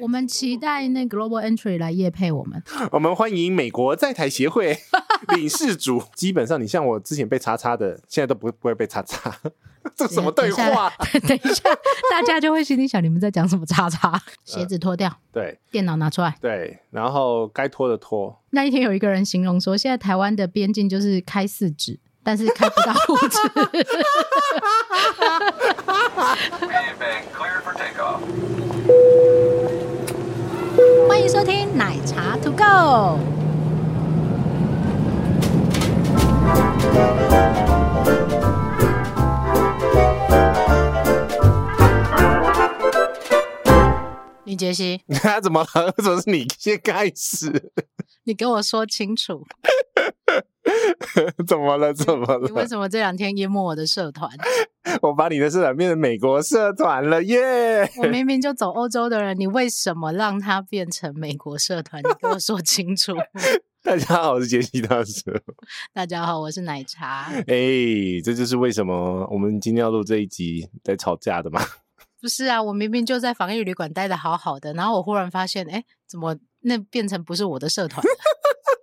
我们期待那 Global Entry 来夜配 我们。我们欢迎美国在台协会 领事组。基本上，你像我之前被叉叉的，现在都不不会被叉叉。这什么对话？ 等一下，大家就会心里想你们在讲什么叉 呃叉。鞋子脱掉，对电脑拿出来。对，然后该拖的拖， 那一天有一个人形容说，现在台湾的边境就是开四指，但是开不到五指。 Green Bay, cleared for takeoff. 欢迎收听奶茶 To Go。李杰西，他怎么了？ 为什么是你先开始？ 你给我说清楚，怎么了？怎么你为了？什么这两天淹没我的社团？ 我把你的社团变成美国社团了耶！ 我明明就走欧洲的人，你为什么让它变成美国社团？你给我说清楚。 大家好，我是杰西大叔。大家好，我是奶茶，哎、这就是为什么我们今天要录这一集在吵架的嘛。 不是啊，我明明就在防疫旅馆待的好好的，然后我忽然发现，哎，怎么那变成不是我的社团了？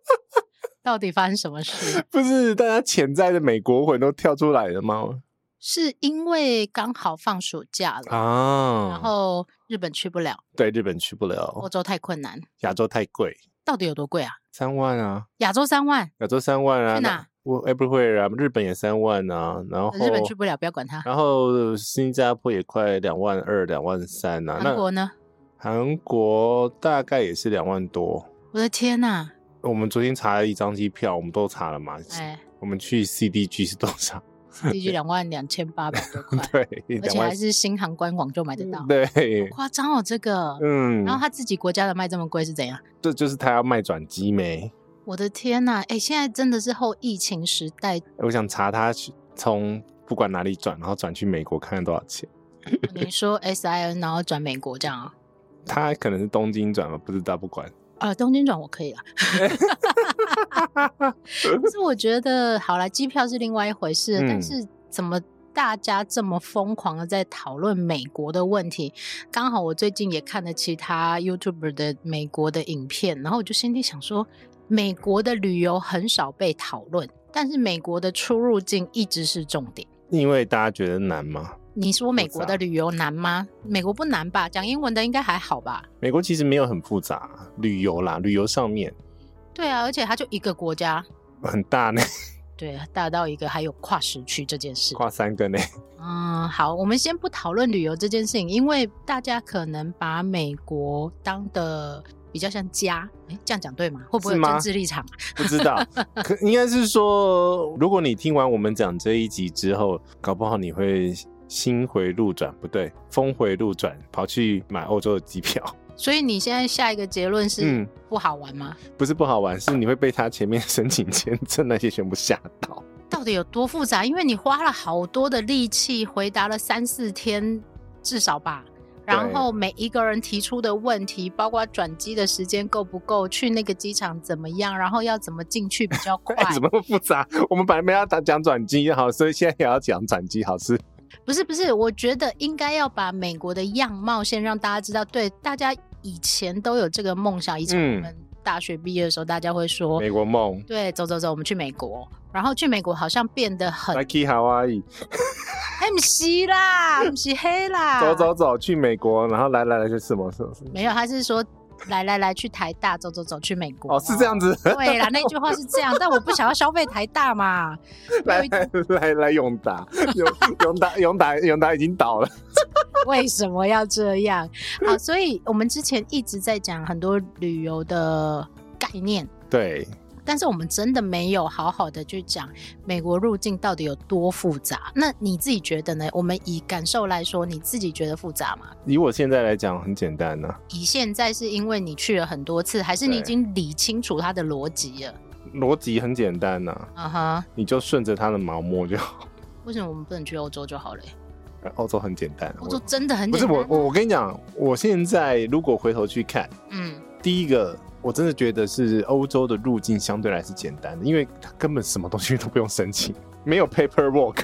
到底发生什么事？不是大家潜在的美国魂都跳出来了吗？是因为刚好放暑假了，啊，然后日本去不了，对日本去不欧了，洲太困难，亚洲太贵，到底有多贵啊？三万啊，亚洲三万，亚洲三万啊，去那哪？哦我 everywhere 啊，日本也三万啊，然后日本去不了，不要管它。然后新加坡也快两万二、两万三啊，韩那国呢？韩国大概也是两万多。我的天呐、我们昨天查了一张机票，我们都查了嘛，哎，我们去 CDG 是多少？ 地区两万两千八百多块，对，而两且万还，是新航官网就买得到，对，夸张哦这个。嗯然，后他自己国家的卖这么贵是怎样？这就是他要卖转机没？我的天呐、哎，现在真的是后疫情时代，我想查他去从不管哪里转，然后转去美国看看多少钱。你说 S I N 然后转美国这样啊？他可能是东京转吧，不知道，不管。啊，东京转我可以了， 可是我觉得好啦，机票是另外一回事，但嗯是怎么大家这么疯狂的在讨论美国的问题？刚好我最近也看了其他 YouTuber 的美国的影片，然后我就心里想说，美国的旅游很少被讨论，但是美国的出入境一直是重点。因为大家觉得难吗？你说美国复杂的旅游难吗？美国不难吧？讲英文的应该还好吧？美国其实没有很复杂、旅游啦，旅游上面对啊，而且它就一个国家，很大呢，对，大到一个还有跨时区这件事。跨三个呢。嗯，好，我们先不讨论旅游这件事情，因为大家可能把美国当的比较像家，诶这样讲对吗？会不会是有政吗治立场？不知道， 可应该是说，如果你听完我们讲这一集之后，搞不好你会心回路转，不对，峰回路转，跑去买欧洲的机票。 所以你现在下一个结论是嗯不好玩吗？不是不好玩，是你会被他前面申请签证那些全部吓到。到底有多复杂？因为你花了好多的力气回答了三四天，至少吧。然对后每一个人提出的问题，包括转机的时间够不够，去那个机场怎么样，然后要怎么进去比较快。哎，怎么那么复杂？我们本来没有要讲讲转机好，所以现在也要讲转机好是不是不是，我觉得应该要把美国的样貌先让大家知道。对，大家以前都有这个梦想，以前我嗯们大学毕业的时候，大家会说，美国梦对，走走走，我们去美国。然后去美国好像变得很，Lucky Hawaii， MC 啦，MC 黑啦，走走走去美国，然后来来来去什么什么什么？没有，他是说来来来去台大走走走去美国。哦，是这。样 子，对啦，那句话是这样，但我不想要消费台大嘛。 来来来 来永达，永永达永达永达已经倒了，为什么要这样？好，所以我们之前一直在讲很多旅游的概念，对，但是我们真的没有好好的去讲美国入境到底有多复杂。那你自己觉得呢？我们以感受来说，你自己觉得复杂吗？以我现在来讲很简单呢、啊以现在是因为你去了很多次，还是你已对经理清楚它的逻辑了？逻辑很简单呐、啊哈，你就顺着它的毛摸就好。为什么我们不能去欧洲就好了欸？欧洲很简单，啊欧洲我真的很不是简单我我我跟你讲，我现在如果回头去看，嗯，第一个我真的觉得是欧洲的入境相对来是简单的，因为它根本什么东西都不用申请，没有 paperwork。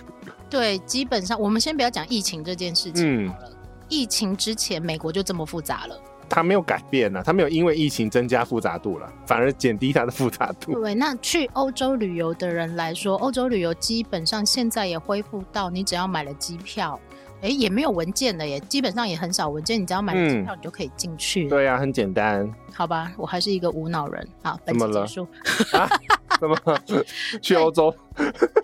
对，基本上我们先不要讲疫情这件事情嗯好了。疫情之前，美国就这么复杂了。它没有改变呢、它没有因为疫情增加复杂度了，反而减低它的复杂度。对，那去欧洲旅游的人来说，欧洲旅游基本上现在也恢复到，你只要买了机票，诶，也没有文件了耶，基本上也很少文件，你只要买了机嗯票，你就可以进去。对啊，很简单。好吧，我还是一个无脑人。好，本怎期么结了束。那么去欧洲，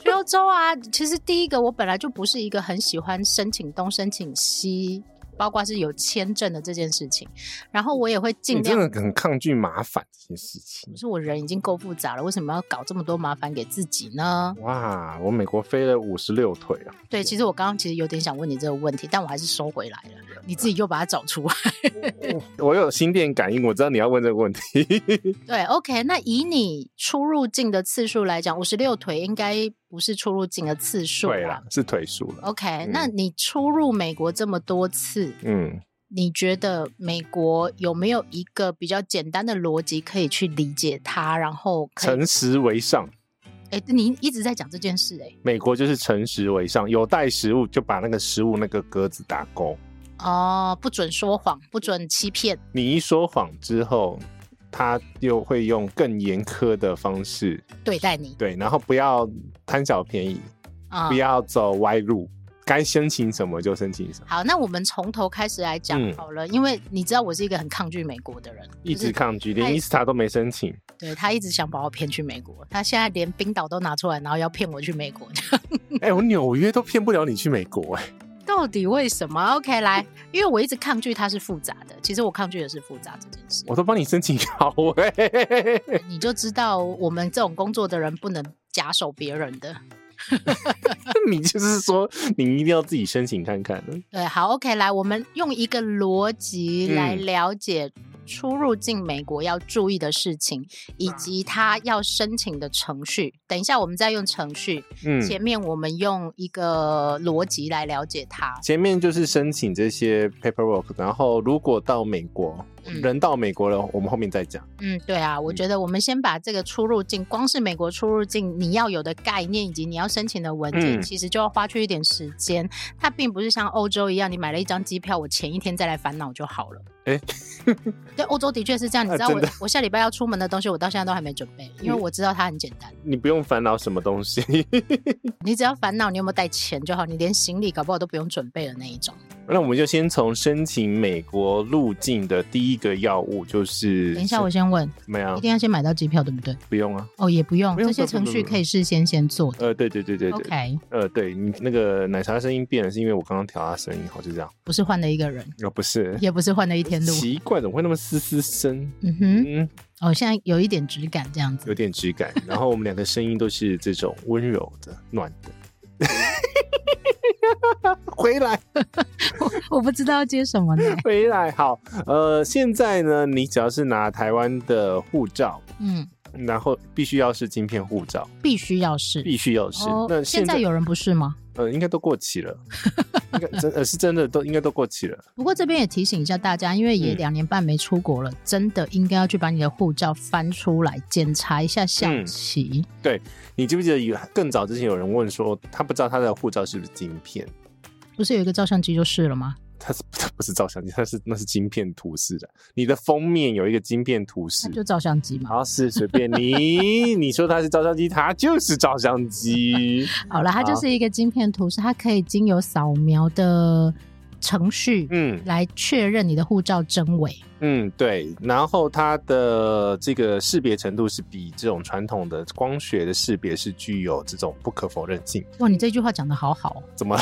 去欧洲啊，其实第一个我本来就不是一个很喜欢申请东申请西，包括是有签证的这件事情，然后我也会你尽真量。的很抗拒麻烦这些事情可。是我人已经够复杂了，为什么要搞这么多麻烦给自己呢？哇，我美国飞了五十六腿 啊！对，其实我刚刚其实有点想问你这个问题，但我还是收回来啊了。你自己又把它找出来。 我有心电感应，我知道你要问这个问题。对，OK，那以你出入境的次数来讲，五十六腿应该不是出入境的次数对吧啦，是腿数了。 OK，、嗯那你出入美国这么多次，嗯，你觉得美国有没有一个比较简单的逻辑可以去理解它？然后可以，诚实为上，哎、你一直在讲这件事、诶美国就是诚实为上，有带食物就把那个食物那个格子打勾。哎，哦，不准说谎，不准欺骗，你一说谎之后，他又会用更严苛的方式对待你对，然后不要贪小便宜，啊。不要走歪路，该申请什么就申请什么，好，那我们从头开始来讲嗯好了，因为你知道我是一个很抗拒美国的人，一就是直抗拒，太连伊斯塔都没 申请。对他一直想把我骗去美国，他现在连冰岛都拿出来，然后要骗我去美国， 哎、我纽约都骗不了你去美国、哎，到底为什么？OK，来，因为我一直抗拒它是复杂的，其实我抗拒的是复杂这件事，我都帮你申请好、哎， 你就知道我们这种工作的人不能假手别人的。你就是说你一定要自己申请看看。对，好，OK，来，我们用一个逻辑嗯来了解出入境美国要注意的事情，以嗯及他要申请的程序。等一下，我们再用程序，嗯，前面我们用一个逻辑来了解它。前面就是申请这些 paperwork，然后如果到美国，嗯人到美国了，我们后面再讲。嗯，对啊，我嗯觉得我们先把这个出入境，光是美国出入境你要有的概念以及你要申请的文件，嗯其实就要花去一点时间。它并不是像欧洲一样，你买了一张机票，我前一天再来烦恼就好了。哎对，欧洲的确是这样。你啊知道我、真的嗯我下礼拜要出门的东西，我到现在都还没准备，因为我知道它很简单。你不用烦恼什么东西， 你只要烦恼你有没有带钱就好，你连行李搞不好都不用准备的那一种。那我们就先从申请美国入境的第一个要务就是，等一下，我先问，怎么样一？定要先买到机票，对不对？不用啊。哦，也不用，不用这些不程用不用序不可以事先先做的。呃，对对对对对 OK，呃，对你那个奶茶声音变了，是因为我刚刚调他声音，好，就这样。不是换了一个人，哦，不是，也不是换了一天路。奇怪，怎么会那么嘶嘶声？嗯哼，嗯，哦，现在有一点质感这样 子。有点质感。然后我们两个声音都是这种温柔的、暖的。 回来，我不知道要接什么呢。回来，好。呃，现在呢，你只要是拿台湾的护照， 嗯，然后必须要是晶片护照，必须要是。必须要是。那哦，现在在有人不是吗？呃，应该都过期了，应该真呃是真的都应该都过期了。不过这边也提醒一下大家，因为也嗯两年半没出国了，真的应该要去把你的护照翻出来检查一下效期。嗯你记不记得有更早之前有人问说，他不知道他的护照是不是晶片，不是有一个照相机就是了吗？他是他不是照相机，他是那是晶片图示的。你的封面有一个晶片图示它，就照相机嘛。好是随便你，你说它是照相机，它就是照相机。好了，它就是一个晶片图示，它可以经由扫描的程序嗯来确认你的护照真伪。嗯，对。然后它的这个识别程度是比这种传统的光学的识别是具有这种不可否认性。哇，你这句话讲的好好哦，怎么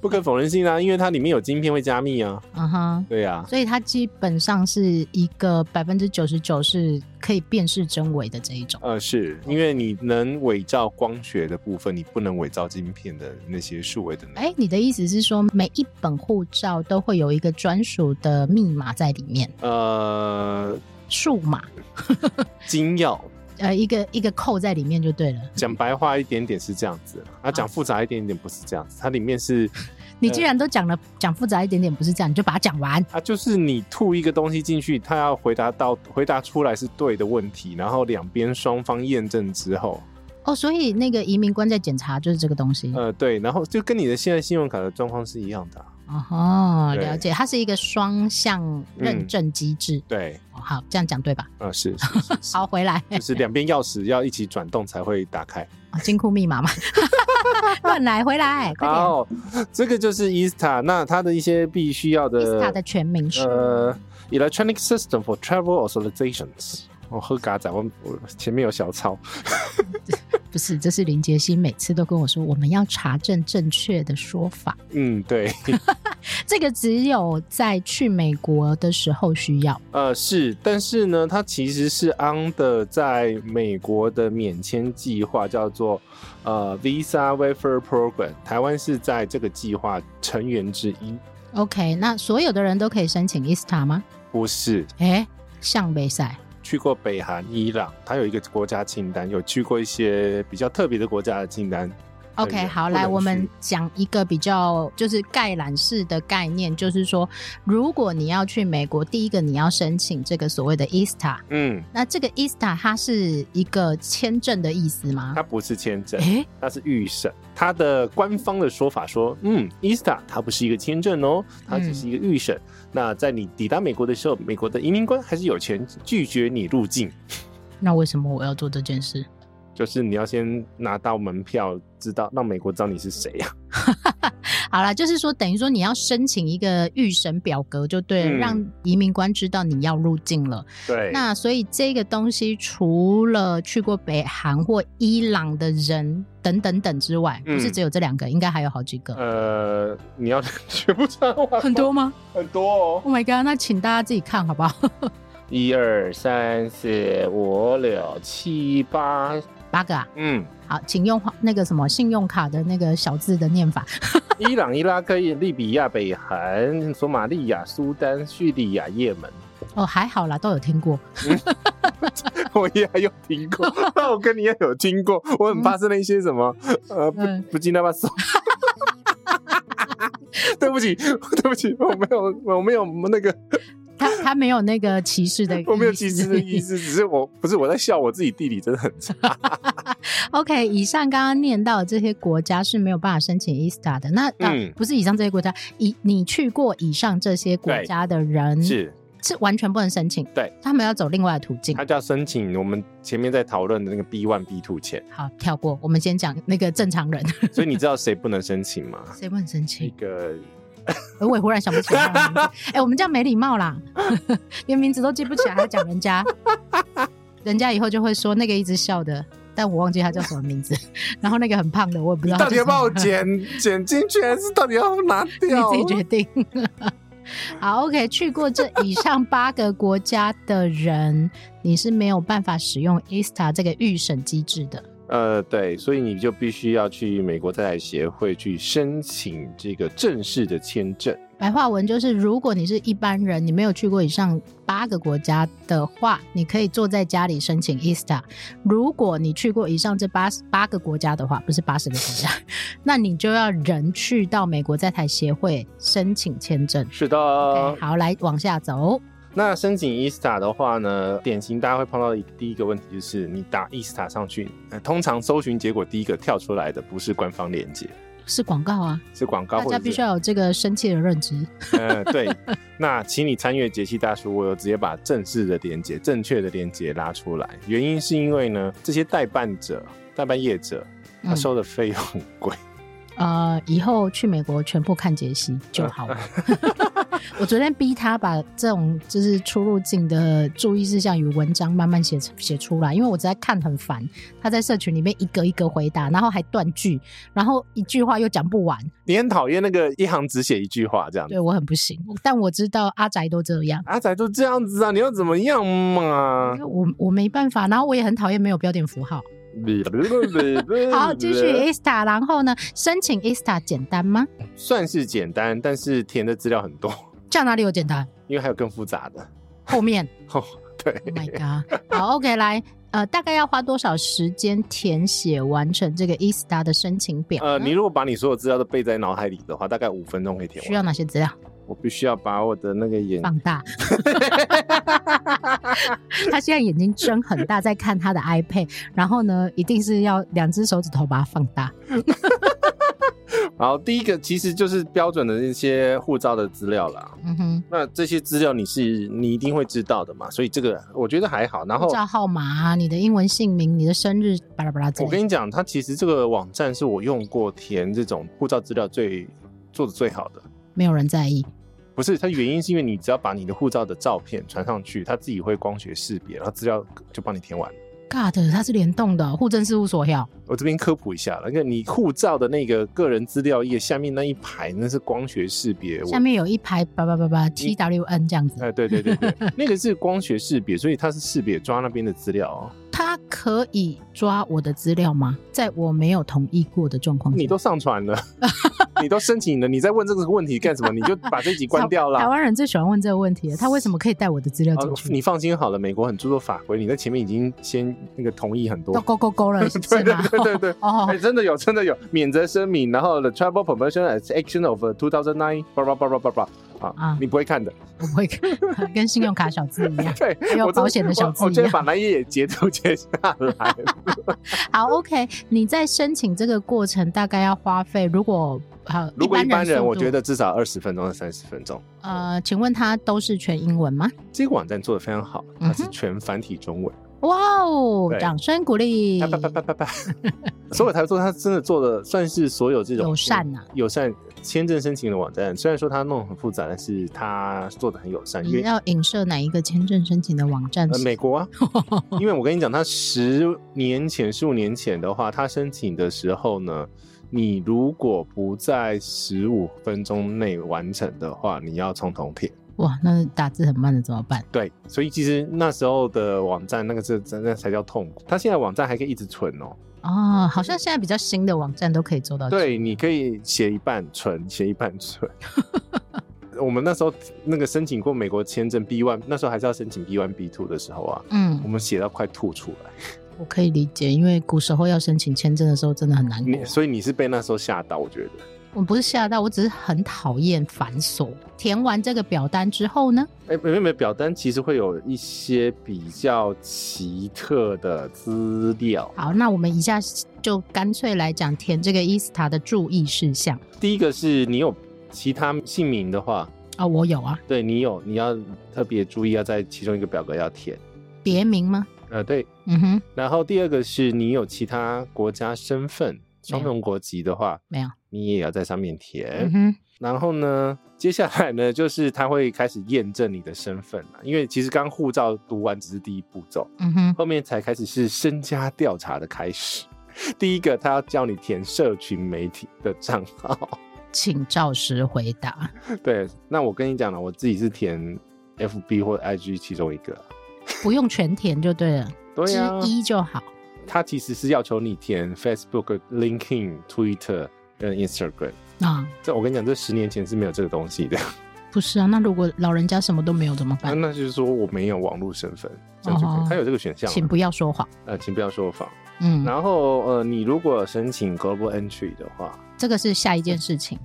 不可否认性啊？因为它里面有晶片会加密啊。嗯哼。对啊，所以它基本上是一个百分之九十九是可以辨识真伪的这一种。呃，是因为你能伪造光学的部分，你不能伪造晶片的那些数位的那。哎，你的意思是说，每一本护照都会有一个专属的密码在里面，呃，数码，金钥呃，一个一个扣在里面就对了。讲白话一点点是这样子，啊，讲复杂一点点不是这样子，它里面是你既然都讲了，讲复杂一点点，不是这样，你就把它讲完。啊，就是你吐一个东西进去，它要回答到回答出来是对的问题，然后两边双方验证之后，哦，所以嗯那个移民官在检查就是这个东西。呃，对，然后就跟你的现在信用卡的状况是一样的啊、哦，对了解，它是一个双向认证机制。对，哦好，这样讲对吧？嗯，是是是是好，回来，就是两边钥匙要一起转动才会打开。 哦金库密码嘛， 乱来，回来，快点。好，呃这个就是 ISTA，那它的一些必须要的 ISTA 的全名是呃 Electronic System for Travel Authorizations。我喝嘎仔，我我前面有小抄，不是，这是林杰希每次都跟我说，我们要查证正确的说法。嗯，对，这个只有在去美国的时候需要。呃，是，但是呢，它其实是 under 在美国的免签计划，叫做呃 Visa Waiver Program，台湾是在这个计划成员之一， OK，那所有的人都可以申请 ISTA 吗？不是诶，像北赛去过北韩、伊朗，它有一个国家清单，有去过一些比较特别的国家的清单。 OK，对好，哎不来能我们去讲一个比较就是概览式的概念，就是说，如果你要去美国，第一个你要申请这个所谓的 ISTA，嗯，那这个 ISTA 它是一个签证的意思吗它？不是签证，诶，它是预审。它的官方的说法说，嗯，ISTA 它不是一个签证哦，它只是一个预审。嗯那在你抵达美国的时候，美国的移民官还是有权拒绝你入境，那为什么我要做这件事？就是你要先拿到门票，知道让美国知道你是谁啊呀、好啦，就是说等于说你要申请一个预审表格就对了，嗯让移民官知道你要入境了。 对，那所以这个东西除了去过北韩或伊朗的人等等等之外，嗯不是只有这两个，应该还有好几个。呃，你要 全部查完吗很多吗很多哦， ？Oh my god！那请大家自己看好不好？一二三四五六七八， 八个啊，嗯，好，请用花那个什么信用卡的那个小字的念法。伊朗、伊拉克、利比亚、北韩、索马利亚、苏丹、叙利亚、也门。哦，还好啦，都有听过。我也有听过，那我跟你也有听过，我很怕是那些什么呃不嗯不进那把手。对不起，对不起，我没有，我没有那个，他他没有那个歧视的意思，我没有歧视的意思，只是我不是我在笑我自己地理真的很差。 OK，以上刚刚念到的这些国家是没有办法申请 ISTA 的。那、啊嗯不是以上这些国家，以你去过以上这些国对家的人是，是完全不能申请，对，他们要走另外的途径他。就要申请我们前面在讨论的那个 B one B two 钱，好，跳过，我们先讲那个正常 人，所以你知道谁不能申请吗？谁不能申那请？个哎我也忽然想不起来他的名字，哎、我们这样没礼貌啦， 连名字都记不起来，还讲人家，人家以后就会说那个一直笑的，但我忘记他叫什么名字， 然后那个很胖的，我也不知道他叫到底什要么把我剪剪进去，还是到底要拿 掉？你自己决定。 好，OK，去过这以上八个国家的人， 你是没有办法使用 ISTA 这个预审机制的。呃，对，所以你就必须要去美国在台协会去申请这个正式的签证。白话文就是，如果你是一般人，你没有去过以上八个国家的话，你可以坐在家里申请 ISTA。如果你去过以上这八八个国家的话，不是八十个国家， 那你就要人去到美国在台协会申请签证。是的 OK，好，来往下走。那申请 E ISTA 的话呢，典型大家会碰到的一第一个问题就是，你打 E ISTA 上去，呃，通常搜寻结果第一个跳出来的不是官方链接，是广告啊，是广告大或家者必须是要有这个深切的认知。呃，对。那请你参阅杰西大叔，我有直接把正式的连接、正确的连接拉出来，原因是因为呢，这些代办者、代办业者，他嗯收的费用很贵。呃，以后去美国全部看杰西就好了。 我昨天逼他把这种就是出入境的注意事项与文章慢慢写写出来，因为我实在看很烦。他在社群里面一个一个回答，然后还断句，然后一句话又讲不完，你很讨厌那个一行只写一句话这样子对我很不行。但我知道阿宅都这样，阿仔就这样子啊，你要怎么样嘛嗯因？为我我没办法，然后我也很讨厌没有标点符号。 嗯好，继续 ISTA，然后呢，申请 ISTA 简单吗？算是简单，但是填的资料很多，这样哪里有简单？因为还有更复杂的。后面。 哦，对， Oh my god！好，OK，来，呃，大概要花多少时间填写完成这个 E ISTA 的申请表呢？呃，你如果把你所有资料都背在脑海里的话，大概五分钟可以填需完。要哪些资料？我必须要把我的那个眼，放 大。他现在眼睛睁很大，在看他的 iPad，然后呢，一定是要两只手指头把它放大。好，第一个其实就是标准的那些护照的资料啦。嗯哼，那这些资料你是你一定会知道的嘛，所以这个我觉得还好。然后护照号码啊，你的英文姓名、你的生日，巴拉巴拉之我类跟的。你讲，它其实这个网站是我用过填这种护照资料最做的最好的。没有人在意。不是，它原因是因为你只要把你的护照的照片传上去，它自己会光学识别，然后资料就帮你填完。 God，它是联动的哦，户政事务所要。我这边科普一下了，那个你护照的那个个人资料页下面那一排，那是光学识别。下我面有一排叭叭叭叭 T W N 这样子，哎，对对对对，那个是光学识别，所以它是识别抓那边的资料哦。它可以抓我的资料吗？在我没有同意过的状况下，你都上传了， 你都申请了，你在问这个问题干什么？你就把这集关掉台啦。湾人最喜欢问这个问题了，他为什么可以带我的资料啊进，去？你放心好了，美国很注重法规，你在前面已经先那个同意很多都勾勾勾了，是 对对吗？对对对。哎、哦，真的有，真的有免责声明，然后 the travel promotion as action of two thousand nine，叭叭叭叭叭叭，啊啊，你不会看的，我不会看，跟信用卡小字一样。 对，还有我真保险的啊小字我一我就样把那一页截图截下 来。好，OK，你在申请这个过程大概要花费，如果呃好，如果一般速人，度我觉得至少二十分钟到三十分钟。呃，请问他都是全英文吗？这个网站做的非常好，嗯它哼是全繁体中文。哇哦，对掌声鼓励啪，啪啪啪啪啪，所以才说它真的做的算是所有这种友善啊呐友善签证申请的网站。虽然说它弄得很复杂，但是它做的很友善，因你为。要影射哪一个签证申请的网站？嗯 呃，美国啊，因为我跟你讲，他十年前、十五年前的话，他申请的时候呢，你如果不在十五分钟内完成的话，你要从头填。哇，那打字很慢的怎么办？对，所以其实那时候的网站，那个是真的才叫痛苦。他现在网站还可以一直存哦，哦，好像现在比较新的网站都可以做到这样。对，你可以写一半存，写一半存。 我们那时候那个申请过美国签证 B one，那时候还是要申请 B one B two 的时候啊，嗯我，们写到快吐出来。我可以理解，因为古时候要申请签证的时候真的很难过你。所以你是被那时候吓到，我觉得。我不是吓到，我只是很讨厌繁琐。填完这个表单之后呢，哎、没有没有，表单其实会有一些比较奇特的资料。好，那我们一下就干脆来讲填这个伊斯塔的注意事项第一个是你有其他姓名的话，啊、我有啊，对你有你要特别注意，要在其中一个表格要填。别名吗？呃，对。嗯哼，然后第二个是你有其他国家身份，双没有重国籍的话，没有。你也要在上面填。嗯哼，然后呢，接下来呢，就是他会开始验证你的身份了，因为其实刚护照读完只是第一步骤，嗯哼，后面才开始是身家调查的开始。 第一个，他要叫你填社群媒体的账号。 请照实回答。对，那我跟你讲了，我自己是填 FB 或 IG 其中一个。不用全填就对了，对之呀、啊，一就好。他其实是要求你填 Facebook、LinkedIn、Twitter 跟 Instagram。啊，这我跟你讲，这十年前是没有这个东西的。不是啊，那如果老人家什么都没有怎么那办？ 那就是说我没有网络身份，这样就可以哦他有这个选项啊。请不要说谎。呃，请不要说谎。嗯，然后呃，你如果申请 Global Entry 的话，这个是下一件事情。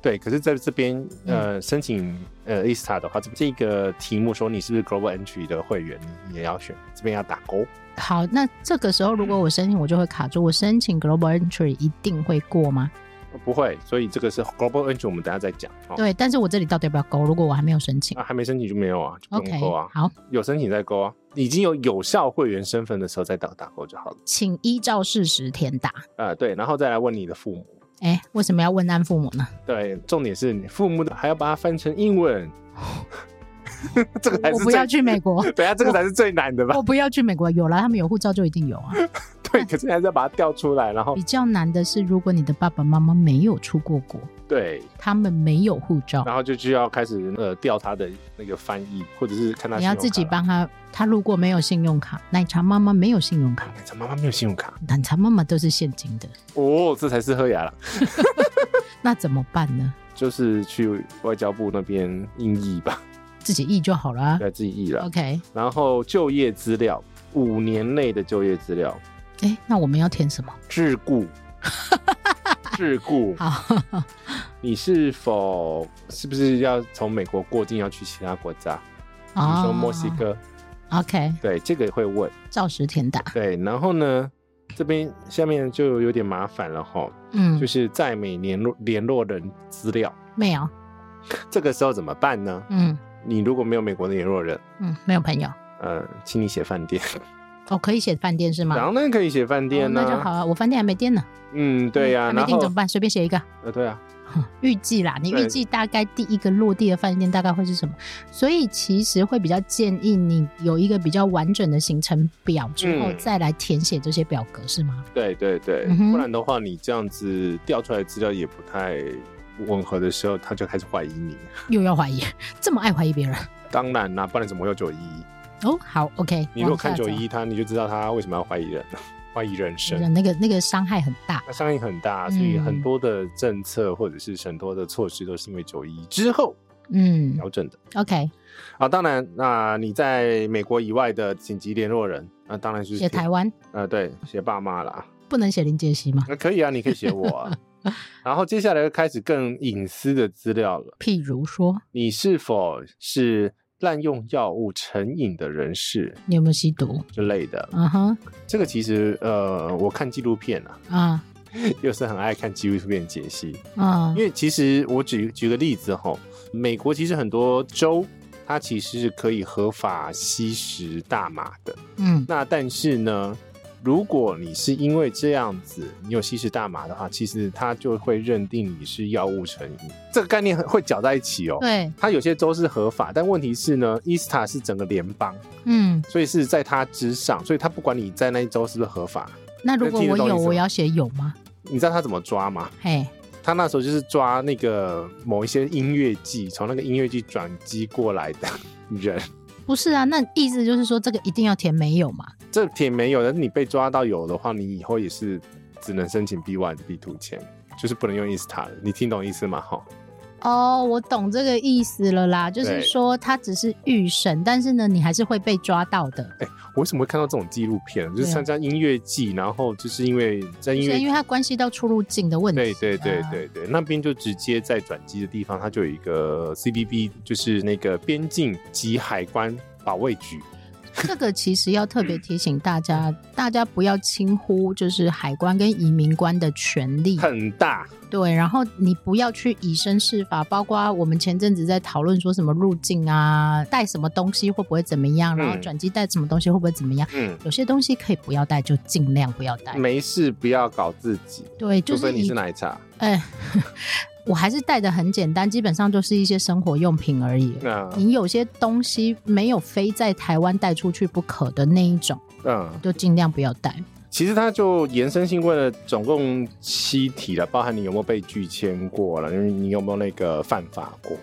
对，可是在这边嗯呃申请呃 ISTA 的话，这这个题目说你是不是 Global Entry 的会员，你也要选，这边要打勾。好，那这个时候如果我申请，我就会卡住。我申请 Global Entry 一定会过吗？哦不会，所以这个是 Global Entry，我们等一下再讲。哦，对，但是我这里到底要不要勾？如果我还没有申请那、还没申请就没有啊，就不，OK，用勾啊。好，有申请再勾啊，已经有有效会员身份的时候再打打勾就好了。请依照事实填答。啊、对，然后再来问你的父母。哎，为什么要问安父母呢？对，重点是你父母的还要把它翻成英文， 这个才是我不要最去美 国，等一下这个才是最难的吧？我不要去美国。有了，他们有护照就一定有啊。 对，可是还是要把它调出来，然后比较难的是，如果你的爸爸妈妈没有出过国，对，他们没有护照，然后就就要开始呃调他的那个翻译，或者是看他你要信用自己卡帮他。他如果没有信用卡，奶茶妈妈没有信用卡了。，奶茶妈妈没有信用卡奶茶妈妈都是现金的，哦，这才是喝牙了，那怎么办呢？就是去外交部那边印译吧，自己译就好了啊。来自己译了。 OK，然后就业资料，五年内的就业资料，哎，那我们要填什么？自 雇，自雇， 好，你是否是不是要从美国过境要去其他国家？比哦如说墨西哥， OK，对，这个会问。照实填答。对，然后呢，这边下面就有点麻烦了哈，嗯就，是在美联络联络人资料，没有，这个时候怎么办呢？嗯你如果没有美国的联络人，嗯，没有朋友。呃，请你写饭店，哦，可以写饭店是吗？然后那可以写饭店哦呢、那就好啊，我饭店还没订呢。嗯，对呀、嗯还然没订怎后么办？随便写一个。 呃，对啊，预计啦，你对预计大概第一个落地的饭店大概会是什么？所以其实会比较建议你有一个比较完整的行程表之后，嗯再来填写这些表格，是吗？对对对，嗯哼不然的话，你这样子调出来的资料也不太吻合的时候，他就开始怀疑你。又要怀疑， 这么爱怀疑别人当然啦，不然怎么会有九一一？哦。好，OK，你如果往下看九走一，他，你就知道他为什么要怀疑人，怀疑人生。那个那个伤害很大。那相应很大，所以嗯很多的政策或者是很多的措施都是因为九一之后嗯调整的。 ，OK，啊，当然，那你在美国以外的紧急联络人，那当然就是写台湾呃，对，写爸妈啦。不能写林杰西吗？那可以啊，你可以写我 啊。然后接下来就开始更隐私的资料了。譬如说，你是否是滥用药物成瘾的人士你有没有吸毒？之类的？嗯哼，这个其实呃，我看纪录片啊， 啊又是很爱看纪录片解析。啊因，为其实我举举个例子哈，美国其实很多州。它其实是可以合法吸食大麻的，嗯那但是呢，如果你是因为这样子，你有吸食大麻的话，其实它就会认定你是药物成瘾，这个概念很会搅在一起哦。对，它有些州是合法，但问题是呢，伊斯塔是整个联邦，嗯，所以是在它之上，所以它不管你在那一州是不是合法，那如果听得我懂有，意思我吗要写有吗？你知道它怎么抓吗？嘿，他那时候就是抓那个某一些音乐季，从那个音乐季转机过来的人，不是啊，那意思就是说这个一定要填没有嘛？这挺没有的。你被抓到有的话，你以后也是只能申请 B one B two 签，就是不能用 Insta 了。你听懂意思吗？哈，哦，我懂这个意思了啦，就是对说他只是预审，但是呢，你还是会被抓到的，我为什么会看到这种纪录片？就对是啊参加音乐季，然后就是因为就在音是乐因为它关系到出入境的问题、啊对对对，对对，那边就直接在转机的地方，它就有一个 CBP，就是那个边境及海关保卫局。这个其实要特别提醒大家，大家不要轻忽就是海关跟移民官的权利，很大，对，然后你不要去以身试法，包括我们前阵子在讨论说什么入境啊，带什么东西会不会怎么样，然后嗯转机带什么东西会不会怎么样，嗯，有些东西可以不要带就尽量不要带。没事，不要搞自己，对，就嗯除非是你你是奶茶。哎， 我还是带的很简单，基本上就是一些生活用品而已。那你有些东西没有非在台湾带出去不可的那一种，嗯，就尽量不要带。其实它就延伸性问了总共七题了，包含你有没有被拒签过了，因为你有没有那个犯法过。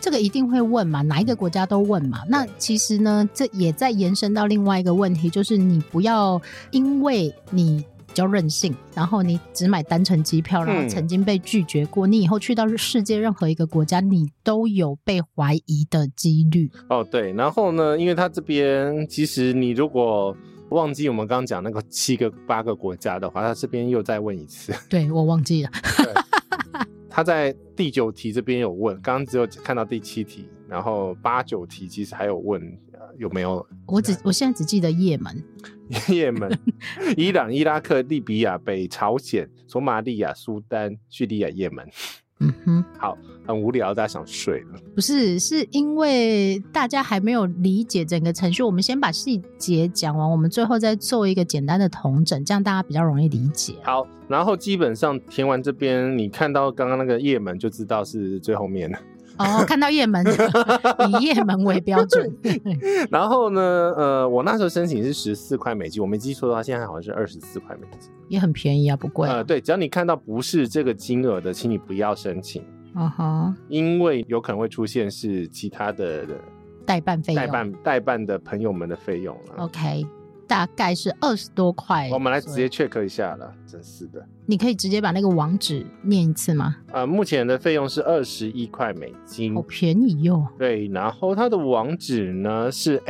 这个一定会问嘛，哪一个国家都问嘛。那其实呢，这也在延伸到另外一个问题，就是你不要因为你。比较任性，然后你只买单程机票，然后嗯曾经被拒绝过，你以后去到世界任何一个国家，你都有被怀疑的几率。哦，对，然后呢，因为它这边其实你如果忘记我们刚刚讲那个七个八个国家的话，它这边又再问一次。对我忘记了，他在第九题这边有问，刚刚只有看到第七题，然后八九题其实还有问、呃有没有 我只我现在只记得也门，也门、伊朗、伊拉克、利比亚、北朝鲜、索马利亚、苏丹、叙利亚、也门，嗯哼，很无聊，大家想睡了。不是，是因为大家还没有理解整个程序，我们先把细节讲完，我们最后再做一个简单的统整，这样大家比较容易理解。好，然后基本上填完这边，你看到刚刚那个也门就知道是最后面了。 哦，看到也门，以也门为标 准，然后呢，呃，我那时候申请是十四块美金，我没记错的话，现在好像是二十四块美金。也很便宜啊，不贵啊。呃，对，只要你看到不是这个金额的，请你不要申请。嗯哼，因为有可能会出现是其他的代办费用代办代办的朋友们的费用了。 ，OK，大概是二十多块。我们来直所接以， check 一下了，真是的。你可以直接把那个网址念一次吗？呃，目前的费用是二十一块美金好，便宜哦哟、对，然后它的网址呢是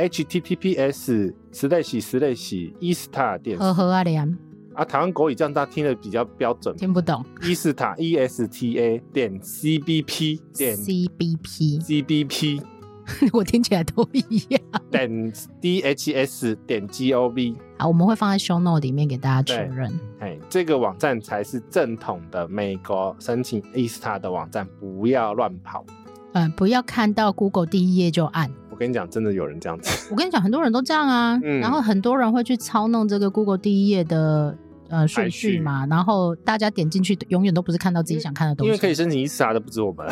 https 石类喜石类喜 ista 点呵呵啊，良啊，台湾国语这样大家听的比较标准，听不懂。伊斯塔 e s t a 点 c b p 点 CBP c b p 我听起来都一样。点 dhs 点 gov，好，我们会放在 show note 里面给大家确对认。哎，这个网站才是正统的美国申请 ESTA 的网站，不要乱跑。嗯，不要看到 Google 第一页就按。我跟你讲，真的有人这样 子，我跟你讲，很多人都这样啊。嗯然后很多人会去操弄这个 Google 第一页的呃顺排序序嘛，然后大家点进去永远都不是看到自己想看的东因西。为可以申请 ESTA 的不止我们，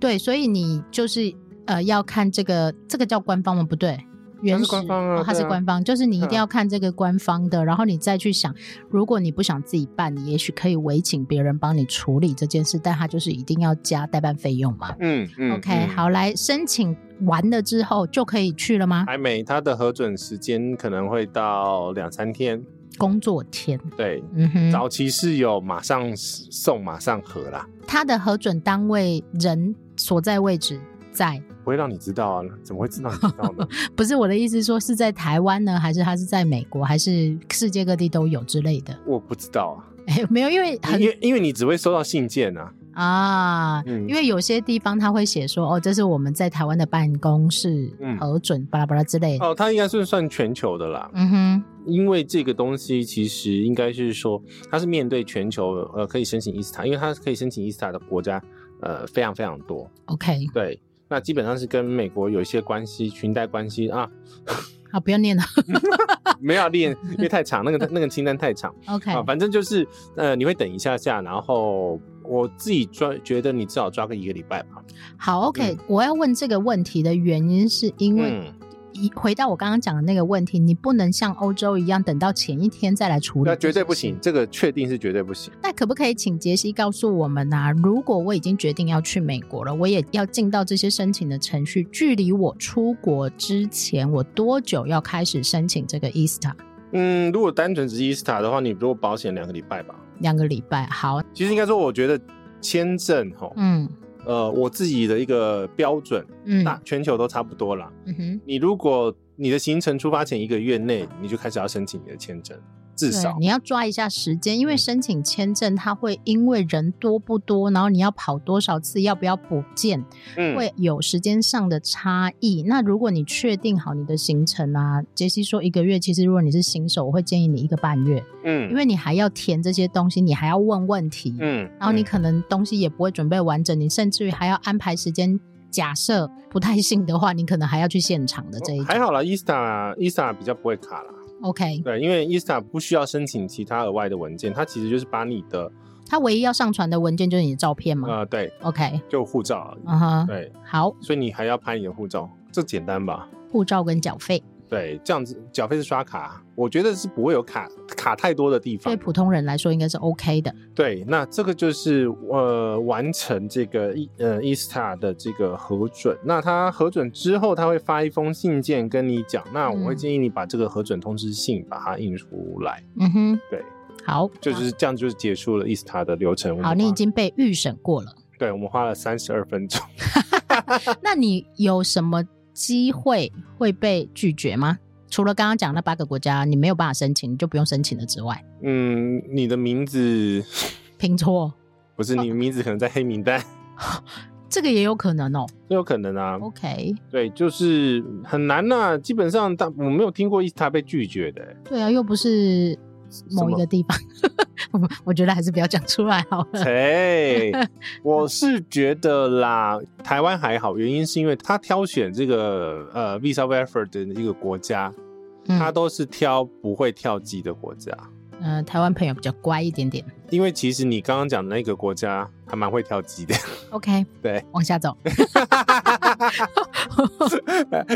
对，所以你就是呃要看这个，这个叫官方吗？不对，原始是官方啊哦它是对啊官方，就是你一定对啊要看这个官方的，然后你再去想，如果你不想自己办，你也许可以委请别人帮你处理这件事，但它就是一定要加代办费用嘛。嗯 嗯 OK，、嗯好，来申请完了之后就可以去了吗？还没，它的核准时间可能会到两三天。工作天，对，嗯哼，早期是有马上送马上核啦，它的核准单位人所在位置在，不会让你知道啊，怎么会知道你知道 呢？不是我的意思，说是在台湾呢，还是它是在美国，还是世界各地都有之类的？ 我不知道啊，哎、没有，因为很因为因为你只会收到信件啊，啊，嗯因为有些地方他会写说，哦，这是我们在台湾的办公室嗯核准，巴拉巴拉之类的。哦，它应该是算全球的啦，嗯哼，因为这个东西其实应该是说，它是面对全球呃可以申请 ESTA，因为它可以申请 ESTA 的国家呃非常非常多， ，OK，对，那基本上是跟美国有一些关系，裙带关系 啊，好，不要念了。 没有啊练，因为太长，那个那个清单太 长 OK，啊，反正就是呃你会等一下下，然后我自己抓觉得你至少抓个一个礼拜吧，好，OK，、我要问这个问题的原因是因为。嗯，一回到我刚刚讲的那个问题，你不能像欧洲一样等到前一天再来处理，那绝对不行，。这个确定是绝对不行。那可不可以请杰西告诉我们啊？如果我已经决定要去美国了，我也要进到这些申请的程序，距离我出国之前，我多久要开始申请这个 E ESTA？嗯，如果单纯只是 ESTA 的话，你如果保险两个礼拜吧，两个礼拜。好，其实应该说，我觉得签证哈，嗯呃，我自己的一个标准，嗯那全球都差不多啦。嗯哼，你如果你的行程出发前一个月内，你就开始要申请你的签证，至对少，嗯你要抓一下时间，因为申请签证它会因为人多不多，然后你要跑多少次，要不要补件，嗯，会有时间上的差异。那如果你确定好你的行程啊，杰西说一个月，其实如果你是新手，我会建议你一个半月。嗯，因为你还要填这些东西，你还要问问题，嗯，然后你嗯可能东西也不会准备完整，你甚至于还要安排时间。假设不太信的话，你可能还要去现场的这一种。哦还好啦，ESTA ESTA 比较不会卡啦， ，OK，对，因为 ESTA 不需要申请其他额外的文件，它其实就是把你的他唯一要上传的文件就是你的照片嘛、呃，对， o k 就护照而已，嗯哼，对，好，所以你还要拍你的护照，这简单吧？护照跟缴费对，这样子缴费是刷卡，啊我觉得是不会有卡卡太多的地方对。普通人来说应该是 OK 的。对，那这个就是呃完成这个 E 呃 ESTA 的这个核准。那他核准之后，他会发一封信件跟你讲。那我会嗯建议你把这个核准通知信把它印出来。嗯哼，对，好，就是这样，就是结束了 E ESTA 的流程。我们好，你花已经被预审过了。对我们花了三十二分钟。 那你有什么机会会被拒绝吗？除了刚刚讲那八个国家你没有办法申请，你就不用申请了之外，嗯，你的名字拼错不是你的名字，可能在黑名单，这个也有可能哦。这有可能啊。 OK，对，就是很难呐、基本上大我没有听过 E ESTA 被拒绝的、欸对啊，又不是某一个地方， 我我觉得还是不要讲出来好了。哎， 我是觉得啦，台湾还好，原因是因为他挑选这个呃 visa waiver 的一个国家，他嗯，都是挑不会跳机的国家，呃，台湾朋友比较乖一点点。因为其实你刚刚讲的那个国家还蛮会跳机的， OK，对，往下走。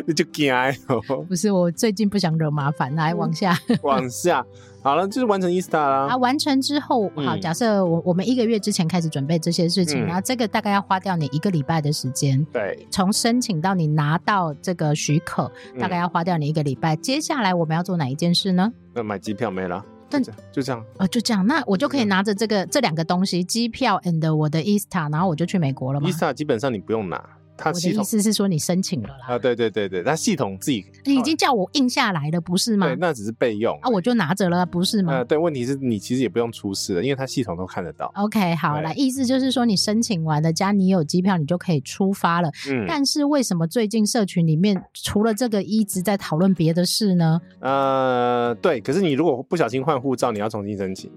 你就惊哦。不是，我最近不想惹麻烦，嗯来往下。 往下，好了，就是完成 ESTA 啊，啦。完成之后，好，嗯假设我我们一个月之前开始准备这些事情，嗯然后这个大概要花掉你一个礼拜的时间，对，从申请到你拿到这个许可，大概嗯要花掉你一个礼拜。接下来我们要做哪一件事呢？那买机票没了，但就这样就这样。哦，就这样，那我就嗯可以拿着这个这两个东西，机票 and 我的 ESTA，然后我就去美国了吗 ESTA 基本上你不用拿，它我的系意统思是说你申请了啦，啊，对对对对，它系统自己你已经叫我印下来了，不是吗对，？那只是备用啊，我就拿着了，不是啊、吗哦对，问题是你其实也不用出示了，因为它系统都看得到。 ？OK，好呃对了，意思就是说你申请完了，加你有机票，你就可以出发了。嗯，但是为什么最近社群里面除了这个一直在讨论别的事呢？ 呃，对，可是你如果不小心换护照，你要重新申请，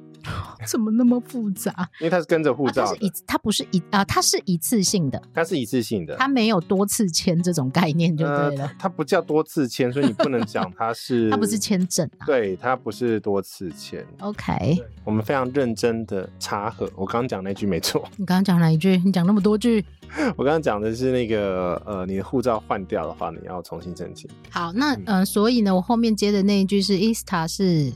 怎么那么复杂？因为它是跟着护啊它照是的，一，它不是一啊，它是一次性的，它是一次性的。它没有多次签这种概念就呃对了，它它不叫多次签，所以你不能讲 它是它不是签证啊。对，它不是多次签。 OK，我们非常认真的查核，我刚刚讲那句没错， 你刚刚讲哪一句？你讲那么多句。我刚刚讲的是那个呃，你的护照换掉的话，你要重新申请。好，那嗯嗯、呃所以呢，我后面接的那一句是 “ista” 是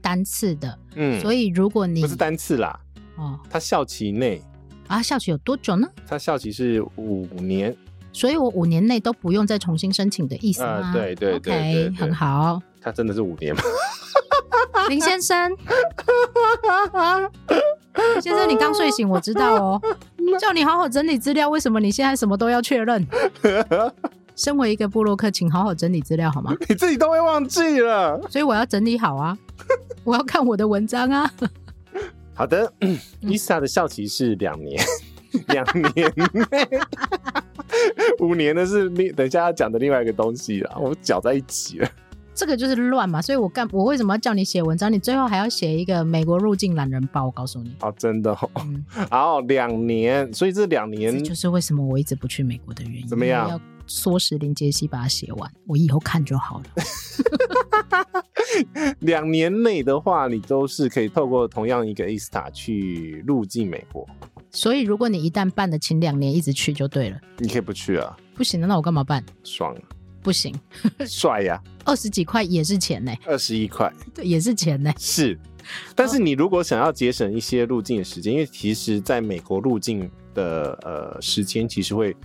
单次的，嗯，所以如果你不是单次啦，哦它效期内，啊，校期有多久呢？它效期是五年。所以我五年内都不用再重新申请的意思吗？啊对对对对 o k 对很好，它真的是五年吗？ 林先 生，林先生，你刚睡醒，我知道 哦，叫你好好整理资料，为什么你现在什么都要确 认？身为一个布洛克，请好好整理资料好吗？ 你自己都会忘记了。所以我要整理好 啊，我要看我的文章啊。好的嗯 i s a 的校期是两年， 两年内，五年的是另等一下要讲的另外一个东西啦，我们搅在一起了。这个就是乱嘛，所以我干我为什么要叫你写文章？你最后还要写一个美国入境懒人包，我告诉你，哦，真的、哦，嗯，好，两年，所以这两这年就是为什么我一直不去美国的原因。怎么样因为要唆使林杰西把它写完，我以后看就好 了。两年内的话，你都是可以透过同样一个 ISTA 去入境美国，所以如果你一旦办了，请两年一直去就对了。你可以不去啊，不行的，那我干嘛办？爽啊，不行，帅呀、二十几块也是钱呢、 二十一块对，也是钱呢、是。但是你如果想要节省一些入境的时间，因为其实在美国入境的呃时间其实会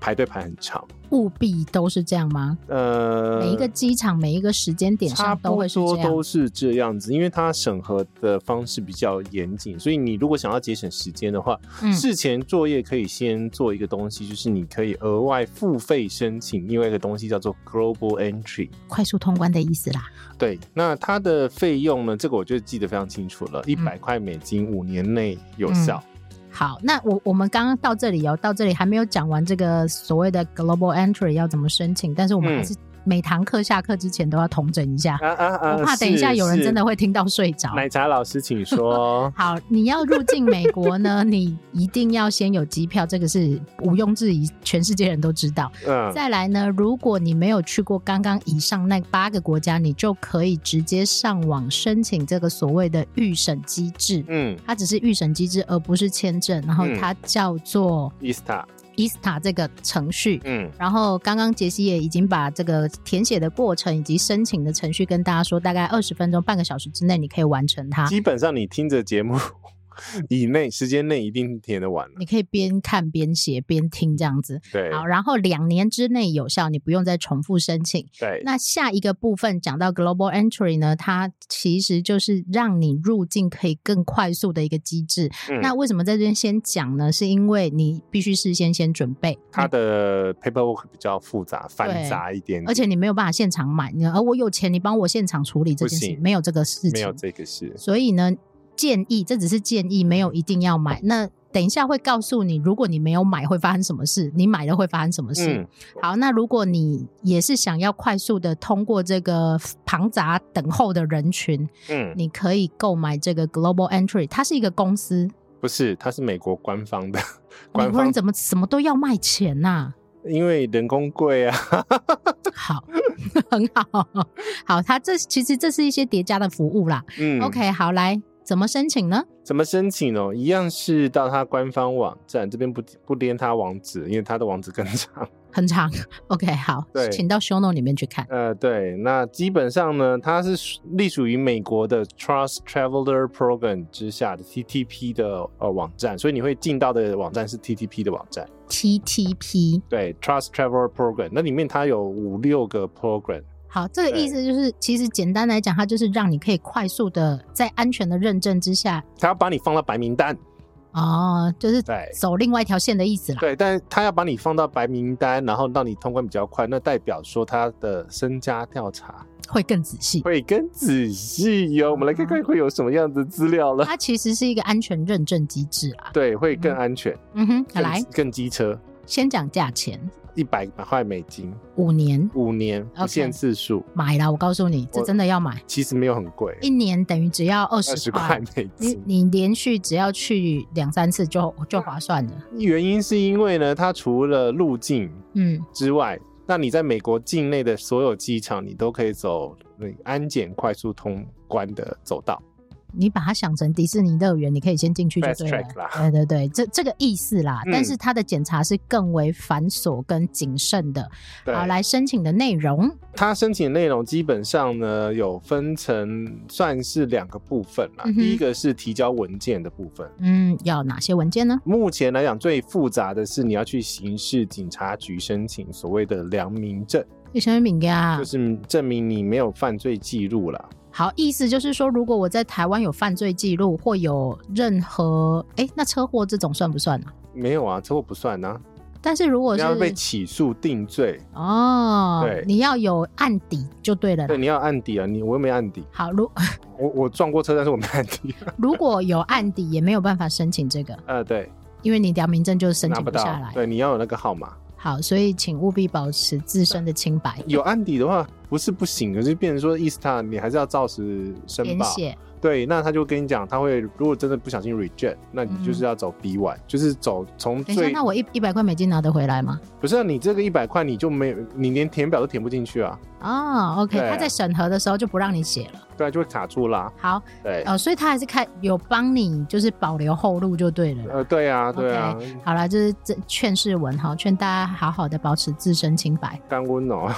排队排很长，务必都是这样吗？呃，每一个机场、每一个时间点差上都不会是这多样。都是这样子，因为它审核的方式比较严谨，所以你如果想要节省时间的话，嗯事前作业可以先做一个东西，就是你可以额外付费申请另外一个东西叫做 Global Entry。快速通关的意思啦。对，那它的费用呢？这个我就记得非常清楚了，一嗯百块美金，五年内有效。好，那我我们刚刚到这里哦，到这里还没有讲完这个所谓的 global entry 要怎么申请，但是我们嗯还是每堂课下课之前都要统整一下，啊啊啊！我怕等一下是有人是真的会听到睡着。。奶茶老师，请 说好，你要入境美国 呢，你一定要先有机票，这个是毋庸置疑，全世界人都知道。嗯，再来呢，如果你没有去过刚刚以上那八个国家，你就可以直接上网申请这个所谓的预审机制。嗯它只是预审机制，而不是签证。然后嗯它叫做，Ista， ISTA 这个程序。嗯然后刚刚杰西也已经把这个填写的过程以及申请的程序跟大家说，大概二十分钟、半个小时之内你可以完成它。基本上你听着节目 以内时间内一定填得完了。你可以边看边写边听这样子。对好，然后两年之内有效，你不用再重复申请。对，那下一个部分讲到 global entry 呢，它其实就是让你入境可以更快速的一个机制。嗯那为什么在这边先讲呢？是因为你必须事先先准备，它的 paperwork 比较复杂繁杂一点点，而且你没有办法现场买，你呃而我有钱，你帮我现场处理这件不事，行没有这个事情，没有这个事。所以呢，建议这只是建议，没嗯有一定要买。那等一下会告诉你，如果你没有买会发生什么事，你买了会发生什么事。嗯，好，那如果你也是想要快速的通过这个庞杂等候的人群，嗯，你可以购买这个 Global Entry，它是一个公司。不是，它是美国官方的， 美官国人方怎么什么都要卖钱呐、因为人工贵啊，好， 很好，好，它这其实这是一些叠加的服务啦。嗯 OK，好，来怎么申请呢？怎么申请呢？一样是到它官方网站这边不不连它网址，因为它的网址更长。很长。OK，好对，请到 show note 里面去看。呃，对，那基本上呢，它是属隶属于美国的 Trust Traveler Program 之下的 TTP 的呃网站，所以你会进到的网站是 TTP 的网站。 TTP。对，Trust Traveler Program，那里面它有五六个 program。好，这个对意思就是，其实简单来讲，它就是让你可以快速的在安全的认证之下，他要把你放到白名单。哦，就是对走另外一条线的意思啦。对，但他要把你放到白名单，然后让你通关比较快，那代表说他的身家调查会更仔细。会更仔细哟、我们来嗯看看会有什么样的资料了。 它其实是一个安全认证机制啦。对，会更安全，嗯哼，更来更机车，先讲价钱，一百块美金，五年五年不 OK 限次数，买啦，我告诉你，这我真的要买，其实没有很贵，一年等于只要二二十十块块。美你金。你连续只要去两三次就就划算了，原因是因为呢，它除了入境嗯，之外，那你在美国境内的所有机场，你都可以走那个安检快速通关的走道。你把它想成迪士尼乐园，你可以先进去就 Fast 对了 track 对啦。对对，这这个意思啦。嗯但是它的检查是更为繁琐跟谨慎的。对，好，来申请的内容，它申请的内容基本上呢有分成算是两个部分啦。嗯哼第一个是提交文件的部分。嗯，要哪些文件呢？目前来讲，最复杂的是你要去刑事警察局申请所谓的良民证，有什么名呀？就是证明你没有犯罪记录啦。啊好，意思就是说，如果我在台湾有犯罪记录或有任何，哎、那车祸这种算不算呢、没有啊，这个不算啊，但是如果你要被是起诉定罪，哦对，你要有案底就对了啦对，你要案底啊，你我又没案底，好，如我我撞过车，但是我没案 底。如果有案底，也没有办法申请这个，呃， 对，因为你良民证就申拿请不不到下来。对，你要有那个号码。好，所以请务必保持自身的清白。有案底的话，不是不行，可是变成说伊斯塔，你还是要照实申填报。写对，那他就跟你讲，他会如果真的不小心 reject，那你就是要走 B one，、就是走从嗯等一下，最那我一一百块美金拿得回来吗？不是、啊、你这个一百块你就没有，你连填表都填不进去啊，哦，OK，对啊他在审核的时候就不让你写了。对啊，就会卡住啦。好，对，哦，所以他还是开有帮你，就是保留后路就对了啦。呃，对啊，对啊，好啦，就是这劝世文哈，劝大家好好的保持自身清白。干温哦。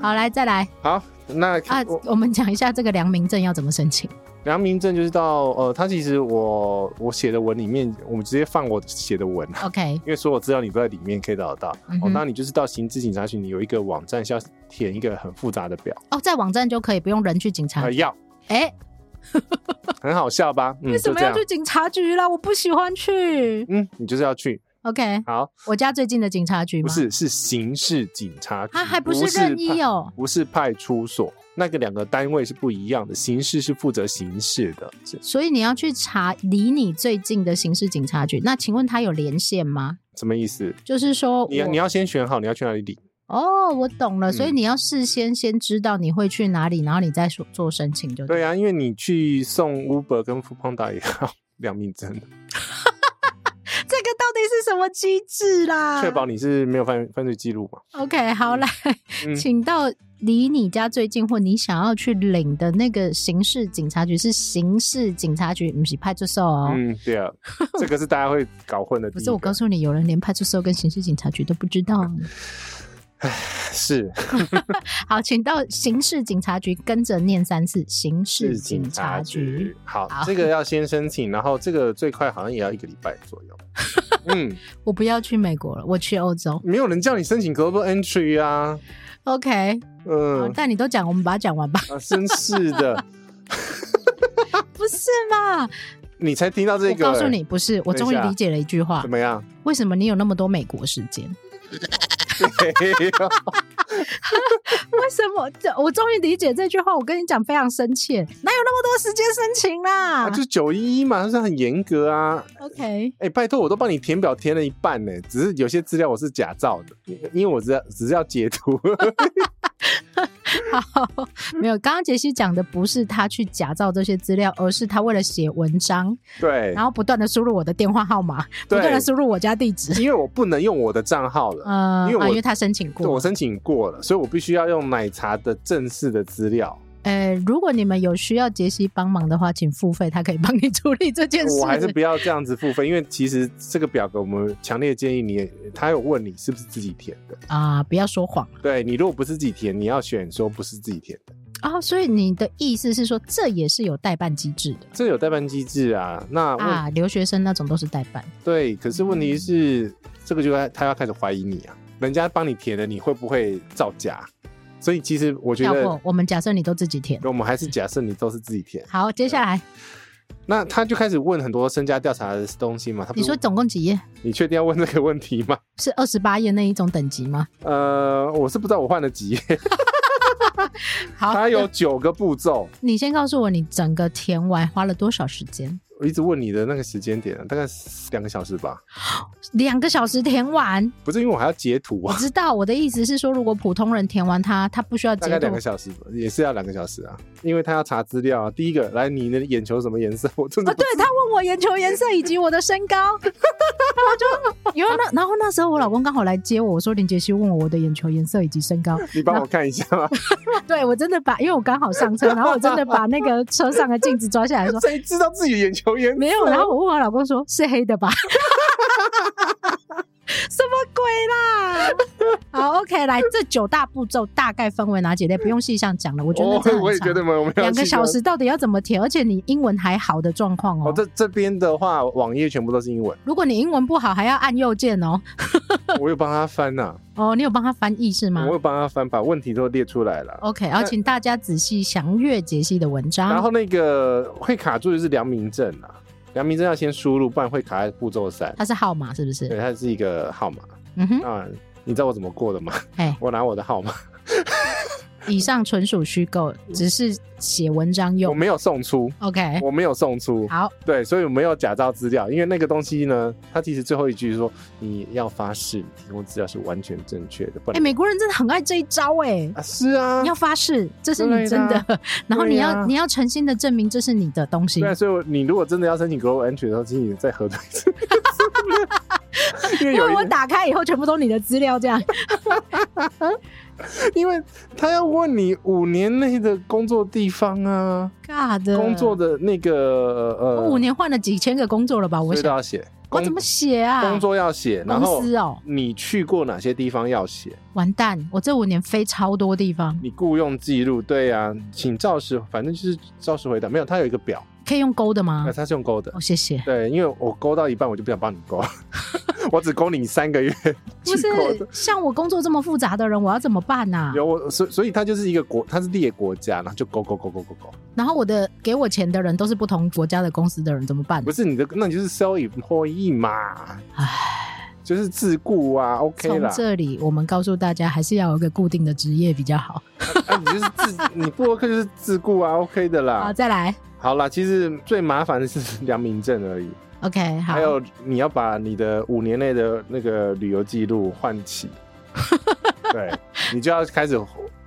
好，来再来好，那啊嗯我，我们讲一下这个良民证要怎么申请。良民证就是到呃，他其实我我写的文里面，我们直接放我写的文， OK，因为所有资料你都在里面可以找得到。嗯哦哼，那你就是到刑事警察局，你有一个网站是要填一个很复杂的表，哦，在网站就可以不用人去警察呃，局。要哎、很好笑吧？嗯，为什就么这要样。去警察局啦？我不喜欢去。嗯，你就是要去。 OK，好，我家最近的警察局不吗？，是是刑事警察局，它还不不是任意派，哦。不是派出所，那个两个单位是不一样的。刑事是负责刑事的，是所以你要去查离你最近的刑事警察局。那请问他有连线吗？什么意思？就是说我，你你要先选好你要去哪里领，哦，我懂了。所以嗯你要事先先知道你会去哪里，然后你再说做申请就 对了。啊，因为你去送 Uber 跟 f o o p a n d a 也 要良民证，这个到底是什么机制啦？确保你是没有犯犯罪记录嘛。 OK，好来，嗯请到离你家最近或你想要去领的那个刑事警察局是刑事警察局，不是派出所哦。嗯，对啊，这个是大家会搞混的。不是，我告，诉你，有人连派出所跟刑事警察局都不知道。嗯是好，请到刑事警察局跟着念三次“刑事警察局。好好，这个要先申请，然后这个最快好像也要一个礼拜左 右。嗯，”。我不要去美国了，我去欧洲。没有人叫你申请 Global Entry 啊。 OK，、好嗯，但你都讲，我们把它讲完吧。 啊，真是的，不是嘛？你才听到这个、我告诉欸你，，不是，我终于等一下理解了一句话怎，么样？ 为什么你有那么多美国时间？ 为什么？这我终于理解这句话。我跟你讲，非常深切，哪有那么多时间申请啦、啊，就是九一一嘛，它是很严格啊。 OK，哎、拜托，我都帮你填表填了一半呢、只是有些资料我是假造的，因为我只要只是要截图。 好，没有。刚刚杰西讲的不是他去假造这些资料，而是他为了写文章，对然，后不断的输入我的电话号码，不对断的输入我家地址。因为我不能用我的账号了。呃，因为我啊、因为他申请对我过。申请过了，所以我必须要用奶茶的正式的资料。呃，如果你们有需要杰西帮忙的话，请付费，他可以帮你处理这件事。我还是不要这样子付费，因为其实这个表格我们强烈建议你，他有问你是不是自己填的。啊、不要说谎对你如果不是自己填，你要选说不是自己填的。啊、哦所以你的意思是说，这也是有代办机制的这有代办机制啊，那问、啊？留学生那种都是代办。对，可是问题是，这个就要他要开始怀疑你啊，人家帮你填的，你会不会造假？所以其实我觉要得不，我们假设你都自己填。我们还是假设你都是自己填。好，接下来那他就开始问很多身家调查的东西嘛。他不你是说总共几页？你确定要问这个问题吗？是二十八页那一种等级吗？呃，我是不知道我换了几页，好，它有九个步骤。你先告诉我，你整个填完花了多少时间？我一直问你的那个时间点，大概两个小时吧。两个小时填完，不是因为我还要截图我啊，知道我的意思是说，如果普通人填完它，他不需要大截概图两个。小时也是要两个小时啊，因为他要查资料啊。第一个，来你的眼球什么颜色？我 真的哦，不对他问我眼球颜色以及我的 身高，我就因为那然后那时候我老公刚好来接我，我说林杰西问我我的眼球颜色以及身 高，你帮我看一下吗？对我真的把，因为我刚好 上车，然后我真的把那个车上的镜子抓下来说谁知道自己的眼球颜 色？没有，然后我问我老公说是黑的吧。 什么鬼啦！好，OK，来，这九大步骤大概分为哪几类？不用细项讲了，我觉得哦这很长。 我也觉得蛮我们要两个去小看时到底要怎么填？而且你英文还好的状况哦，哦，这这边的话，网页全部都是 英文，如果你英文不好，还要按右键哦。我有帮他翻呐、哦，你有帮他翻译是吗我有帮他翻，把问题都列出来了。 ？OK，好，请大家仔细详阅杰西的文章。然后那个会卡住就是良民证啊，良民证要先输入，不然会卡在步骤三。它是号码是不对，是？它是一个号码。嗯哼，啊，你知道我怎么过的吗？ 哎，我拿我的号码，以上纯属虚构，只是写文章我用。没有送出， OK，我没有送出。哎好，对，所以我没有假造资料，因为那个东西呢，它其实最后一句说你要发誓你提供资料是完全正确的，不哎，然、美国人真的很爱这一招哎。啊是啊，要发誓，这是你真对啊的， 然后你对要啊你要诚心的证明这是你的东西对，啊，所以我你如果真的要申请 global entry 的时候，请你再核对一 次，因为因有为我一，打开以后全部都是你的资料，这 样因为他要问你五年内的工作地方啊，尬的工作的那个呃，嗯我五年换了几千个工作了吧？我所以都想，要写，我工怎么写啊？工作要写，然后公司哦你去过哪些地方要写，完蛋，我这五年飞超多地方，你雇佣记录，对啊，请照实，反正就是照实回答，没有，他有一个表，可以用勾的吗那、？他是用勾的哦，，谢谢。对，因为我勾到一半我就不想帮你 勾，我只勾你三个月，不 去勾是的像我工作这么复杂的人，我要怎么办啊呐、有我，所以所以他就是一个国，他是列国家，然后就勾勾勾勾勾勾，然后我的给我钱的人都是不同国家的公司的人，怎么办不？是你的，那你就是 self employee 嘛，唉，就是自雇啊，OK 从啦，这里我们告诉大家，还是要有一个固定的职业比较好。啊，你就是自， 你不 OK 就是自雇啊，OK 的好，啦。再来好啦，其实最麻烦的是 良民证而已， ，OK，好还，有你要把你的五年内的那个旅游记录换 起，对你就要开始。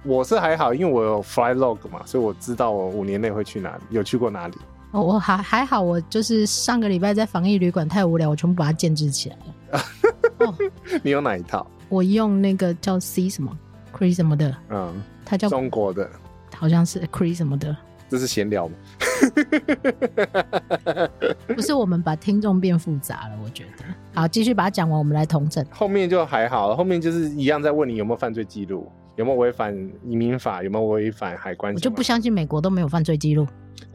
我是还好，因为我有 fly log 嘛，所以我知道我五年内会去哪里，有去过哪里。哦我还还好，我就是上个礼拜在防疫旅馆太无聊，我全部把它建制起来了。你有哪一套？我用那个叫 C 什么 Cree 什么的，嗯，它叫中国的，好像是 Cree 什么的，这是闲聊吗？不是我们把听众变复杂了，我觉 得。好，继续把它讲完，我们来统整。后面就还好，后面就是一样在问你有没有犯罪记录，有没有违反移民法，有没有违反海关我什就么不相信美国都没有犯罪记录。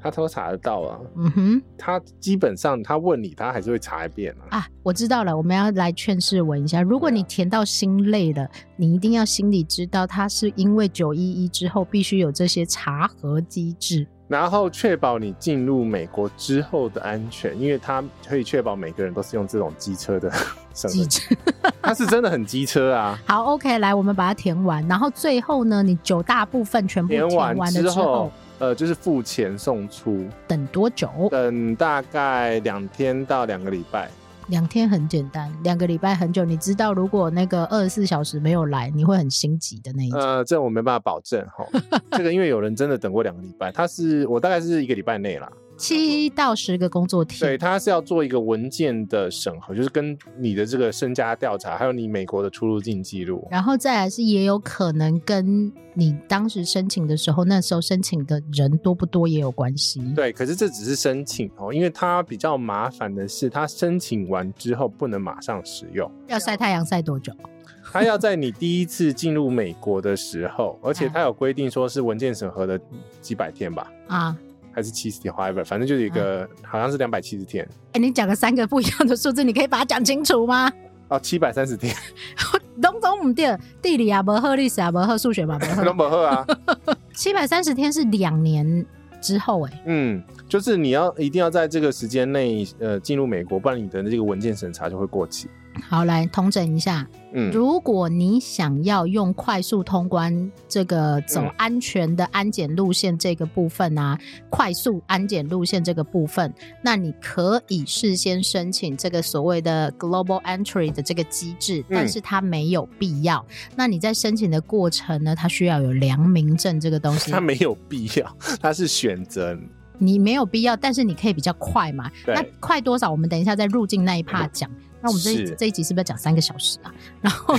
他都查得到啊。嗯哼，他基本上他问你，他还是会查一遍啊。啊，我知道了，我们要来劝世文一下。如果对啊你填到心累了，你一定要心里知道，它是因为九一一之后必须有这些查核机制。然后确保你进入美国之后的安全，因为他可以确保每个人都是用这种机车的身机份，制。 他是真的很机车啊。好，OK，来，我们把它填完，然后最后呢，你九大部分全部填填完了之之后，呃，就是付钱送出，等多久？等大概两天到两个礼拜。两天很简单，两个礼拜很久。你知道，如果那个二十四小时没有来，你会很心急的那一种。呃，这我没办法保证哈。这个因为有人真的等过两个礼拜，他是我大概是一个礼拜内啦。七到十个工作对，天，他是要做一个文件的审核，就是跟你的这个身家调查，还有你美国的出入境记录。然后再来是也有可能跟你当时申请的时候，那时候申请的人多不多也有关系。对，可是这只是申请哦，因为它比较麻烦的是，它申请完之后不能马上使用，要晒太阳晒多久？它要在你第一次进入美国的时候，而且它有规定说是文件审核的几百天吧，啊？还是七十天，however，反正就是一个好像是两百七十天哎，你讲了三个不一样的数字，你可以把它讲清楚吗？哦，七百三十天， 拢总唔对，地 理啊不好，历史啊不好，数学嘛不好那。么喝啊，七百三十天是两年之后、欸，哎，嗯，就是你要一定要在这个时间内呃进入美国，不然你的这个文件审查就会过期。好，来统整一下，嗯，如果你想要用快速通关这个走嗯安全的安检路线这个部分啊，快速安检路线这个部分，那你可以事先申请这个所谓的 Global Entry 的这个机制，嗯但是它没有必要。那你在申请的过程呢，它需要有良民证这个东西它，没有必要， 它是选择。你没有必要，但是你可以比较快嘛。对那快多少？我们等一下在入境那一趴讲。那我们这一是这一集是不是要讲三个小时啊？ 然后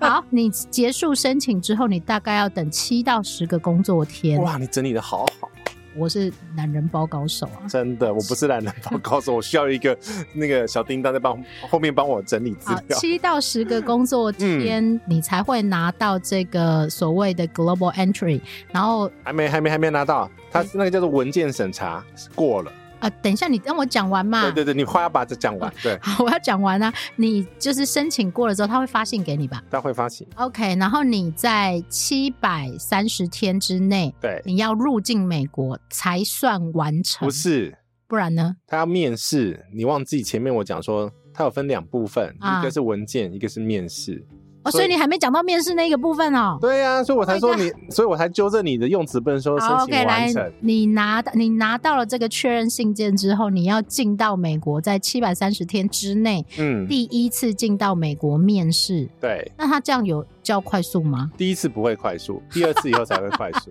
好，你结束申请之后，你大概要等七到十个工作天。哇，你整理的好好，我是男人包高手啊，真的，我不是懒人包，告诉我需要一个那个小叮当在帮后面帮我整理资好，料。七到十个工作嗯天，你才会拿到这个所谓的 global entry。然后还没，还没，还没拿到，啊它是那个叫做文件审查过了。呃，等一下你让我讲完嘛。对对对，你话要把这讲完，对，好，我要讲完啊。你就是申请过了之后，他会发信给你吧？它会发起， OK，然后你在七百三十天之内，对，你要入境美国才算完成，不是，不然呢？它要面试。你忘记前面我讲说，它有分两部分，啊一个是文件，一个是面试。哦，所所以以你还没讲到面试那个部分哦。对呀、所以我才说你，所以我才纠正你的用词，不能说申好请，OK，来完成。，你拿到你拿到了这个确认信件之后，你要进到美国，在七百三十天之内，嗯，第一次进到美国面试。对，那他这样有叫快速吗？第一次不会 快速，第二次以后才会快速，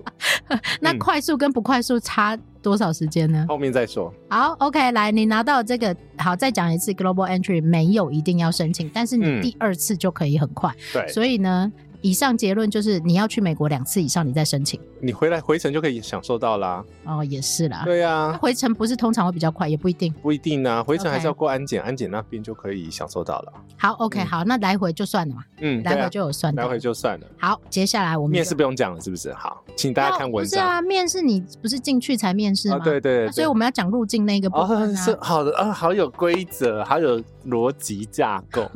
那嗯快速跟不快速差多少时间呢？后面再说。好，OK，来，你拿到这个，好，再讲一次，Global Entry 没有一定要申请，但是你嗯第二次就可以很快。对，所以呢，以上结论就是你要去美国两次以上，你再申请。你回来回程就可以享受到啦。哦，也是啦。对啊呀、那回程不是通常会比较快，也不一定。不一定啊，回程还 OK 是要过安检，安检那边就可以享受到了。好，OK，、嗯好，那来回就算了嘛，嗯，对来啊回就有算到。来回就算了。好，接下来我们面就试不用讲了，是不是？好，请大家看文不是章。啊，面试你不是进去才面试吗？啊，对对那对，所以我们要讲入境那个部哦分是啊。好的啊，好有规则，好有逻辑架 构。啊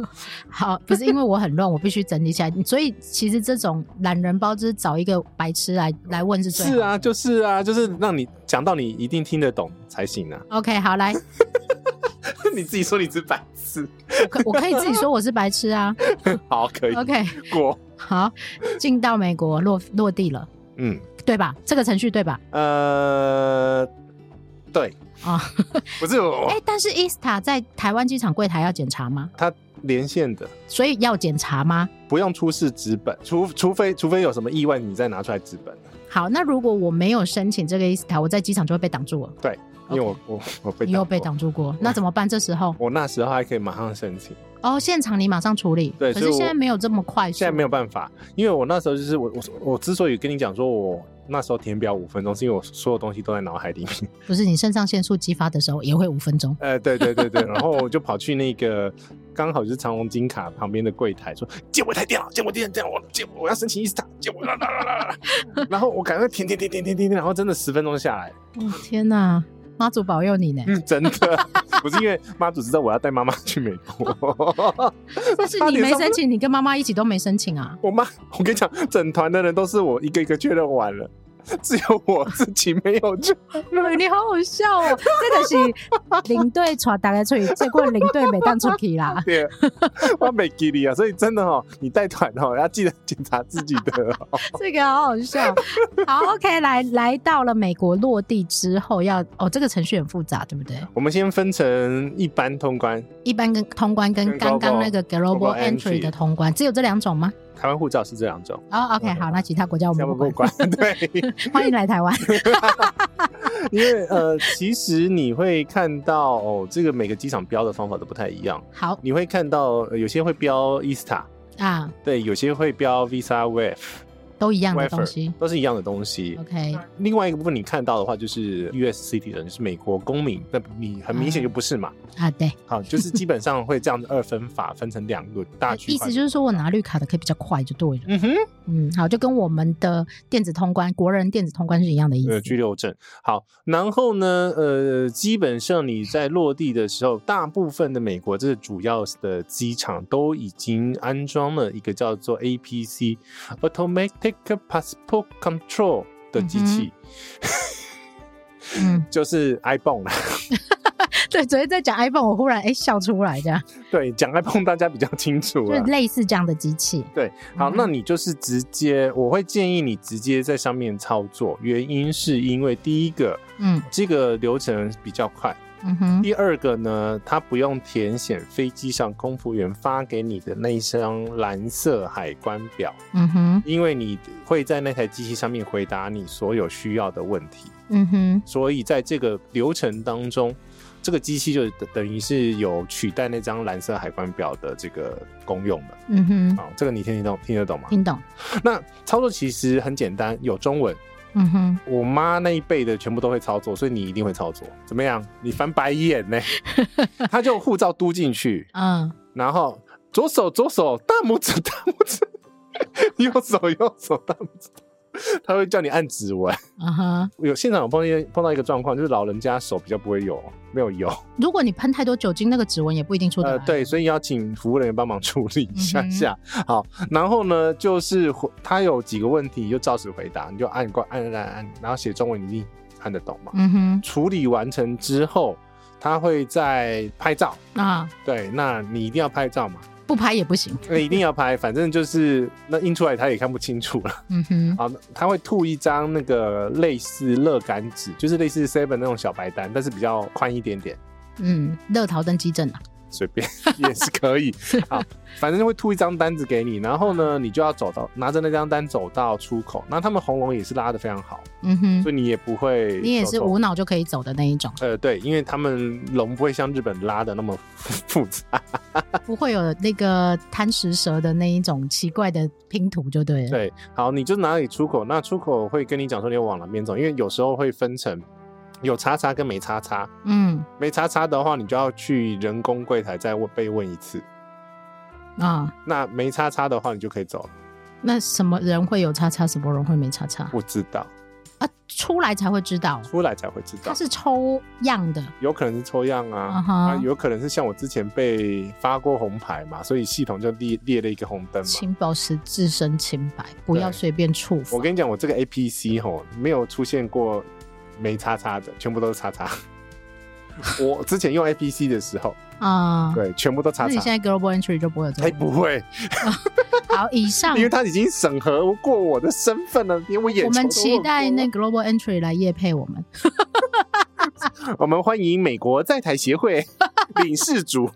好，不是因为我很乱，我必须整理起来。所以其实这种懒人包就是找一个白痴来来问是最好的是啊，就是啊，就是让你讲到你一定听得懂才行啊。 OK，好，来， 你自己说你是白 痴，我可我可以自己说我是白痴 啊。好，可以 OK，过。好，进到美国落落地了，嗯，对吧？这个程序对吧？呃，对，啊、 不是我哎、，但是 ISTA 在台湾机场柜台要检查吗？他连线的。所以要检查吗？不用出示纸本，除除非除非有什么意外，你再拿出来纸本。好，那如果我没有申请这个 E ISTA，我在机场就会被挡住了。对，因为我我我被你又过被，挡住过，那怎么办？这时候我那时候还可以马上申请，哦，现场你马上处理。对可是所以我现在没有这么快速。现在没有办法，因为我那时候就是我我我之所以跟你讲说我那时候填表五分钟，是因为我所有东西都在脑海里面。不是你肾上腺素激发的时候也会五分钟。呃，对对对对，然后我就跑去那个刚好就是长隆金卡旁边的柜台说借我一台电脑，借我电脑，借我借我我要申请 ESTA，借我啦啦啦啦啦，然后我赶快填填填填填填，然后真的十分钟下来，哦天哪，妈祖保佑你呢！嗯，真的， 不是因为妈祖知道我要带妈妈去美国， 但是差你点没上申请，你跟妈妈一起都没申请 啊。我妈，我跟你讲，整团的人都是我一个一个确认完了，只有我自己没有去。你好好笑 哦！这个是领队传大概出去，结果领队没当出去啦。对，我没给你啊，所以真的哦，你带团哦，要记得检查自己的、哦。这个好好笑。好，OK，来来到了美国落地之后要，哦，这个程序很复杂，对不对？我们先分成一般通关，一般跟通关跟跟刚刚 global- 那个 global global entry entry 的通关，只有这两种吗？台湾护照是这两种，哦，OK，好，那其他国家我要们不不不管。管。对， 欢迎来台湾。因为呃，其实你会看到哦，这个每个机场标的方法都不太一样，好你会看到、呃有些会标 ESTA，啊，对，有些会标 Visa Wave。都一样的 Wafer 东西。都是一样的东西。 OK，另外一个部分你看到的话，就是 US city 人，就是美国公民，那你很明显就不是嘛。啊，对，好，就是基本上会这样子二分法，分成两个大 区意块思。就是说我拿绿卡的可以比较快就对了。嗯哼，嗯，好，就跟我们的电子通关，国人电子通关是一样的意呃，思。居留证。好，然后呢，呃，基本上你在落地的时候，大部分的美国这主要的机场都已经安装了一个叫做 APC（Automatic Passport Control） 的机器。嗯，就是 iPhone 啦。 对，昨天在讲 iPhone，我忽然哎、诶笑出来，这样对，讲 iPhone 大家比较清楚就了是。类似这样的机器。对，好，嗯那你就是直接，我会建议你直接在上面操作，原因是因为第一个，嗯这个流程比较快；嗯哼，第二个呢，它不用填写飞机上空服员发给你的那一张蓝色海关表，嗯哼，因为你会在那台机器上面回答你所有需要的问题，嗯哼，所以在这个流程当中。这个机器就等等于是有取代那张蓝色海关表的这个功用的嗯哼，啊、这个你听得懂听得 懂吗？听懂？那操作其实很简单，有中文。嗯哼，我妈那一辈的全部都会操作，所以你一定会操作。怎么样？你翻白眼呢、他就护照嘟进去，嗯，然后左手左手大拇指大拇指， 右手右手大拇指，他会叫你按指纹。嗯哼。有现场有碰见碰到一个状况，就是老人家手比较不会油，没有油。如果你喷太多酒精，那个指纹 也不一定出得呃来。，对，所以要请服务人员帮忙处理一嗯下哼下。好，然后呢，就是回他有几个问题，你就照实回答，你就按过按按按按，然后写中文，你一定看得懂嘛？嗯哼，处理完成之后，他会再拍照。啊，对，那你一定要拍照嘛？不拍也不行。那哎一定要拍，反正就是那印出来他也看不清楚 了。嗯哼，好，他会吐一张那个类似热干纸，就是类似 Seven 那种小白单，但是比较宽一点点。嗯，乐桃登机证啊。随便 也是 可以。好，反正会吐一张单子给你，然后呢，你就要走到拿着那张单走到出口。那他们红龙也是拉的非常好，嗯哼，所以你也不会，你也是无。脑就可以走的那一 种，呃，对，因为他们龙不会像日本拉的那么复杂，不会有那个贪食蛇的那一种奇怪的拼图就对了。对。好，你就哪里出口，那出口会跟你讲说你要往哪边走，因为有时候会分成有叉叉跟没叉叉，嗯没叉叉的话，你就要去人工柜台再问被问一次。啊，那没叉叉的话，你就可以走了。那什么人会有叉叉，什么人会没叉叉不知道，啊？出来才会知道，出来才会知道它。是抽样的。有可能是抽样啊嗯哼啊，有可能是像我之前被发过红牌嘛，所以系统就列列了一个红灯嘛。请保持自身清白，不要对随便触我犯。跟你讲，我这个 APC 吼没有出现过没叉叉的，全部都是叉 叉。我之前用 APC 的时候，啊。对，全部都那叉你现叉。在 global entry 就不会有这哎，个不问题。会，好，以上因为他已经审核过我的身份了，因为我眼我球们都期问待过那 global entry 来夜配我们。 我们欢迎美国在台协 会领事组，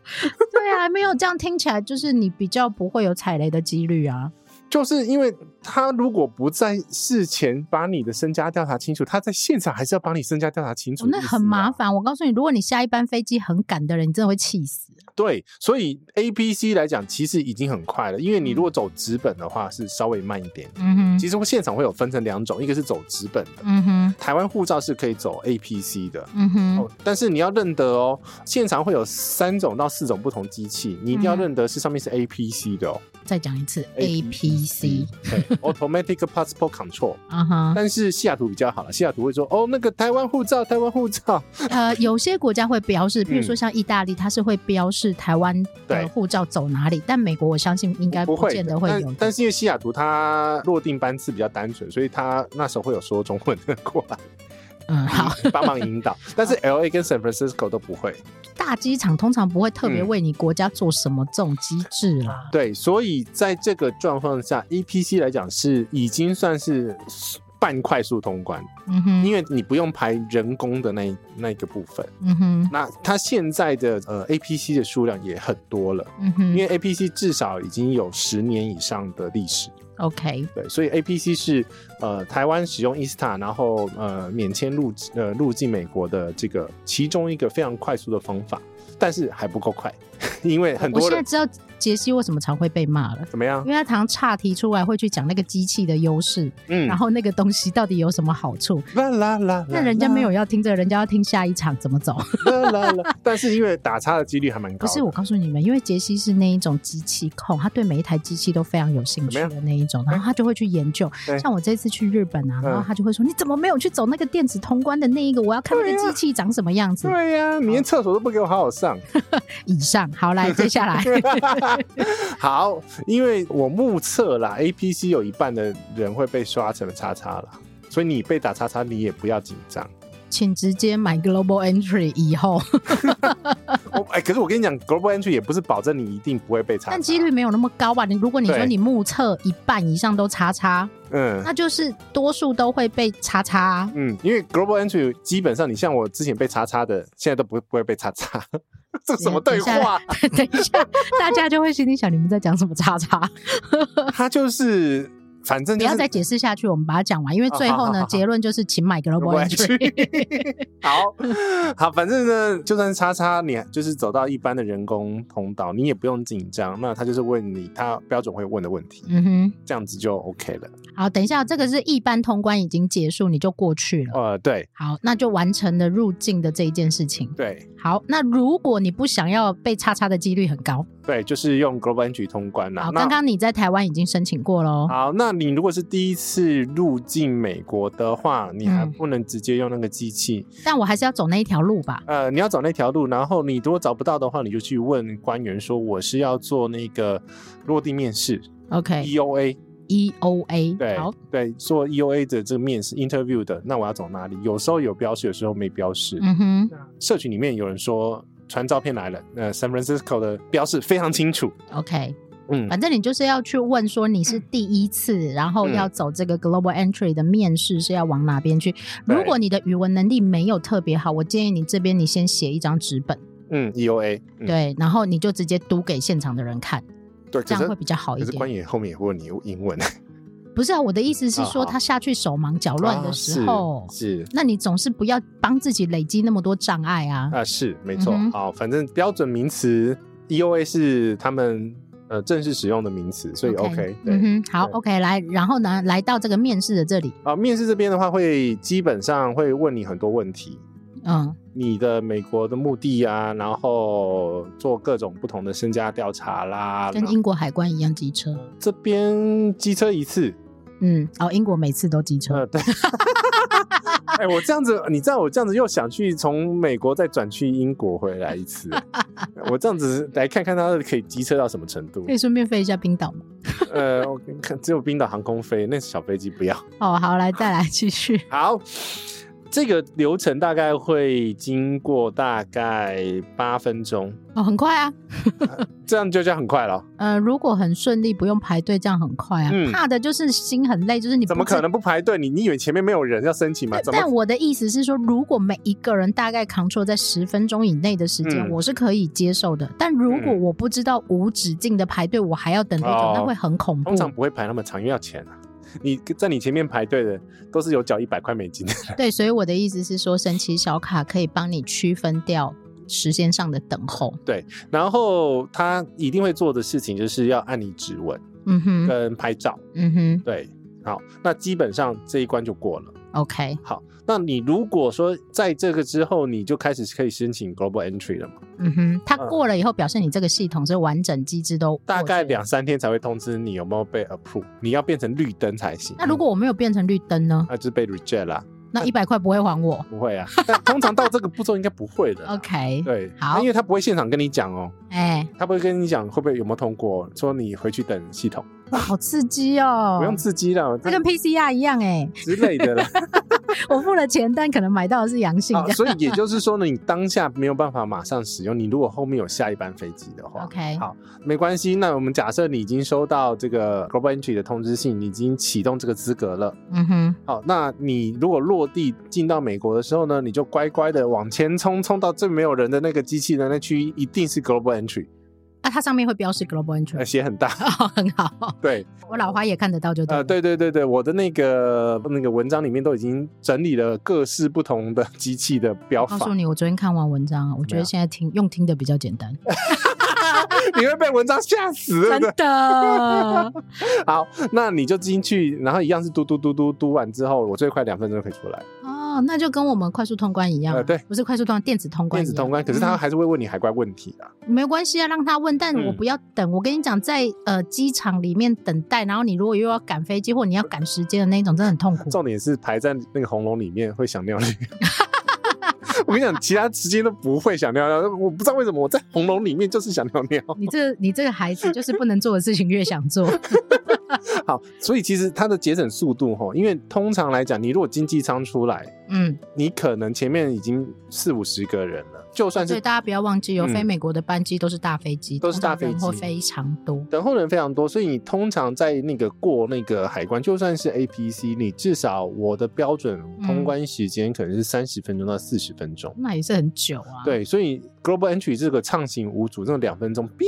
对啊，没有这样听起来就是你比较不会有踩雷的几率啊。就是因为他如果不在事前把你的身家调查清楚，他在现场还是要把你身家调查清楚、啊哦那很烦。麻烦。我告诉你，如果你下一班飞机很赶的人，你真的会气死。对，所以 A、B、C 来讲，其实已经很快了，因为你如果走纸本的话，是稍微慢一点。嗯哼，其实现场会有分成两种，一个是走纸本的，嗯哼，台湾护照是可以走 A、P、C 的。嗯哼，哦，但是你要认得哦，现场会有三种到四种不同机器，你一定要嗯认得是上面是 A P C 的哦再讲一次 A P APC C。 对 Automatic Passport Control。啊哈，但是西雅图比较好了，西雅图会说哦，那个台湾护照，台湾护照，呃，有些国家会标示，譬如说嗯像意大利，它是会标示台湾对的护照走哪里，但美国我相 信应该不会见得的。会有但。但是因为西雅图它落定班次比较单纯，所以它那时候会有说中文的过来。嗯，好，帮忙 引导。但是 L A 跟 San Francisco 都不会，大机场通常不会特别嗯啊为你国家做什么这种机制啦。对，所以在这个状况下，E P C 来讲是已经算是半快速通关，嗯哼，因为你不用排人工的那一那一个部分。嗯哼，那它现在的呃 A P C 的数量也很多了，嗯因哼为 A P C 至少已经有十年以上的历史。 ，OK，对，所以 A P C 是呃台湾使用 ISTA，然后呃免签入呃入境美国的这个其中一个非常快速的方法，但是还不够快， 因为很我多现人在嗯知道杰西为什么常会被骂了。怎么样因？为他常常岔题出来，会去讲那个机器的优势，嗯啊然后那个东西到底有什么好处。啦啦啦，那人家没有啦要听这个，人家要听下一场怎么走。啦啦啦，但是因为打叉的几率还蛮不高的。是，我告诉你们，因为杰西是那一种机器控，他对每一台机器都非常有兴趣怎么的那一种，然后他就会去研究对。像我这次去日本啊，嗯然后他就会说：“你怎么没有去走那个电子通关的那一个？我要看那对个啊机器长什么样子。对呀、嗯你连厕所都不给我好好上。以上，好， 来，接下来，好，因为我目测啦，A P C 有一半的人会被刷成叉叉啦，所以你被打叉叉，你也不要紧张。请直接买 Global Entry 以 后，呃我哎、可是我跟你讲，global entry 也不是保证你一定不会被查，但几率，没有那么高啊吧？你如果你说对你目测一半以上都叉叉，嗯那就是多数都会被叉叉 啊。嗯，因为 global entry 基本上你像我之前被查查的，现在都不不会被查查， 这什么对 话？嗯等一下，大家就会心里想你们在讲什么叉 叉。他就是反正不就要是再解释下去，我们把它讲完，因为最啊好后好呢，好结论就是请买 Global 我 Entry。好好，反正呢，就算叉叉，你就是走到一般的人工通道，你也不用紧张。那他就是问你他标准会问的问题， 嗯哼，这样子就 OK 了。好，等一下，这个是一般通关已经结束，你就过去了。呃，对好，那就完成了入境的这一件事情。对好，那如果你不想要被叉叉的几率很高，对，就是用 Global Entry 通关啦。好，那刚刚你在台湾已经申请过喽。好，那你如果是第一次入境美国的话，你还嗯不能直接用那个机器，但我还是要走那一条路吧。呃，你要找那条路，然后你如果找不到的话，你就去问官员说我是要做那个落地面试，E OK，E EOA，E O A，对好，对，做 EOA 的这个面试 interview 的，那我要走哪里？有时候有标识，有时候没标识。嗯哼社群里面有人说传照片来了，呃，San Francisco 的标示非常清楚， ，OK，嗯，反正你就是要去问说你是第一次，然后嗯要走这个 Global Entry 的面试是要往哪边去。如果你的语文能力没有特别好，我建议你这边你先写一张纸本，嗯，EOA，嗯对，然后你就直接读给现场的人看，对，这可样是会比较好一可是点。官员后面也会问你英 文，不是啊，我的意思是啊说，好他下去手忙脚乱的啊时候，是。是那你总是不要帮自己累积那么多障碍啊。啊，是没错。嗯哼好，反正标准名词 EOA 是他们呃正式使用的名词，所以 OK, 对。嗯哼，好对，OK，来，然后呢，来到这个面试的这里，啊，面试这边的话，会基本上会问你很多问题，嗯你的美国的目的啊，然后做各种不同的身家调查啦。跟然后英国海关一样机车，这边机车 一次，嗯，哦，英国每次都机车，呃，对。哎、我这样子，你知道我这样子又想去从美国再转去英国回来一 次，我这样子来看看它可以机车到什么程度可。以顺便飞一下冰岛吗？呃，我看只有冰岛航空飞，那小飞机不要。哦，好，来再来继续，好，这个流程大概会经过大概八分钟，哦，很快啊，这样就叫很快了。呃，如果很顺利，不用排队，这样很快啊。嗯怕的就是心很累，就是你怎么不知可？能不排队？你你以为前面没有人要申请吗？对怎但么？我的意思是说，如果每一个人大概 control 在十分钟以内的时间，嗯我是可以接受的。但如果嗯我不知道无止境的排队，我还要等多久，哦那会很恐怖通。常不会排那么长，因为要钱啊。你在你前面排队的都是有缴一百块美金的， 对，所以我的意思是说，神奇小卡可以帮你区分掉时间上的等候。然后他一定会做的事情就是要按你指纹嗯哼，跟拍照。嗯哼对，好，那基本上这一关就过了。 ，OK，那你如果说在这个之后，你就开始可以申请 Global Entry 了嘛？嗯哼，它嗯过了以后，表示你这个系统是完整机制都大过概去了两三天才会通知你有没有被 approve，你要变成绿灯才行。那如果我没有变成绿灯呢？那就是被 reject 啦，那一百块不会还我。不会啊。但通常到这个步骤应该不会的 啦。OK，对，好那因为他不会现场跟你讲哦，哎、他不会跟你讲会不会有没有通过，说你回去等系统，哇，好刺激哦！不用刺激了，这跟 PCR 一样哎、之类的啦。我付了钱，但可能买到的是阳性啊 这，样。所以也就是说呢，你当下没有办法马上使用，你如果后面有下一班飞机的话 OK，好没关系。那我们假设你已经收到这个 Global Entry 的通知信，你已经启动这个资格了。嗯哼，好，那你如果落地进到美国的时候呢，你就乖乖的往前冲，冲到最没有人的那个机器的那区，一定是 Global Entry，那、啊它上面会标示 global 呃， entry，、写很 大。哦，很好，对，我老花也看得到就对了。呃，，对对对对，我的那个那个文章里面都已经整理了各式不同的机器的标告法。诉你，我昨天看完文章啊，我觉没得有现在听用听的比较简单， 你会被文章吓死，对真不对？ 的。好，那你就进去，然后一样是嘟嘟嘟嘟嘟完之后，我最快两分钟就可以出来。哦，那就跟我们快速通关一样啊、呃对不是快速通关，电子通关一电样，子通关，啊可是他嗯还是会问你海关问题啊。没关系啊，让他问，但嗯我不要等。我跟你讲，在呃机场里面等待，然后你如果又要赶飞机或你要赶时间的那一种，真的很痛苦。重点是排在那个红龙里面会想尿 尿。我跟你讲，其他时间都不会想尿尿，我不知道为什么我在红龙里面就是想尿尿。 你这你这个孩子就是不能做的事情越想做，好，所以其实它的节省速度哈，因为通常来讲，你如果经济舱出来，嗯，你可能前面已经四五十个人了，就算所以是大家不要忘记哦，嗯飞美国的班机都是大飞机，都是大飞机通常人会非常多。等候人非常多，所以你通常在那个过那个海关，就算是 APC，你至少我的标准嗯通关时间可能是三十分钟到四十分钟。那也是很久啊。，对，所以 Global Entry 这个畅行无阻，这种两分钟，哔，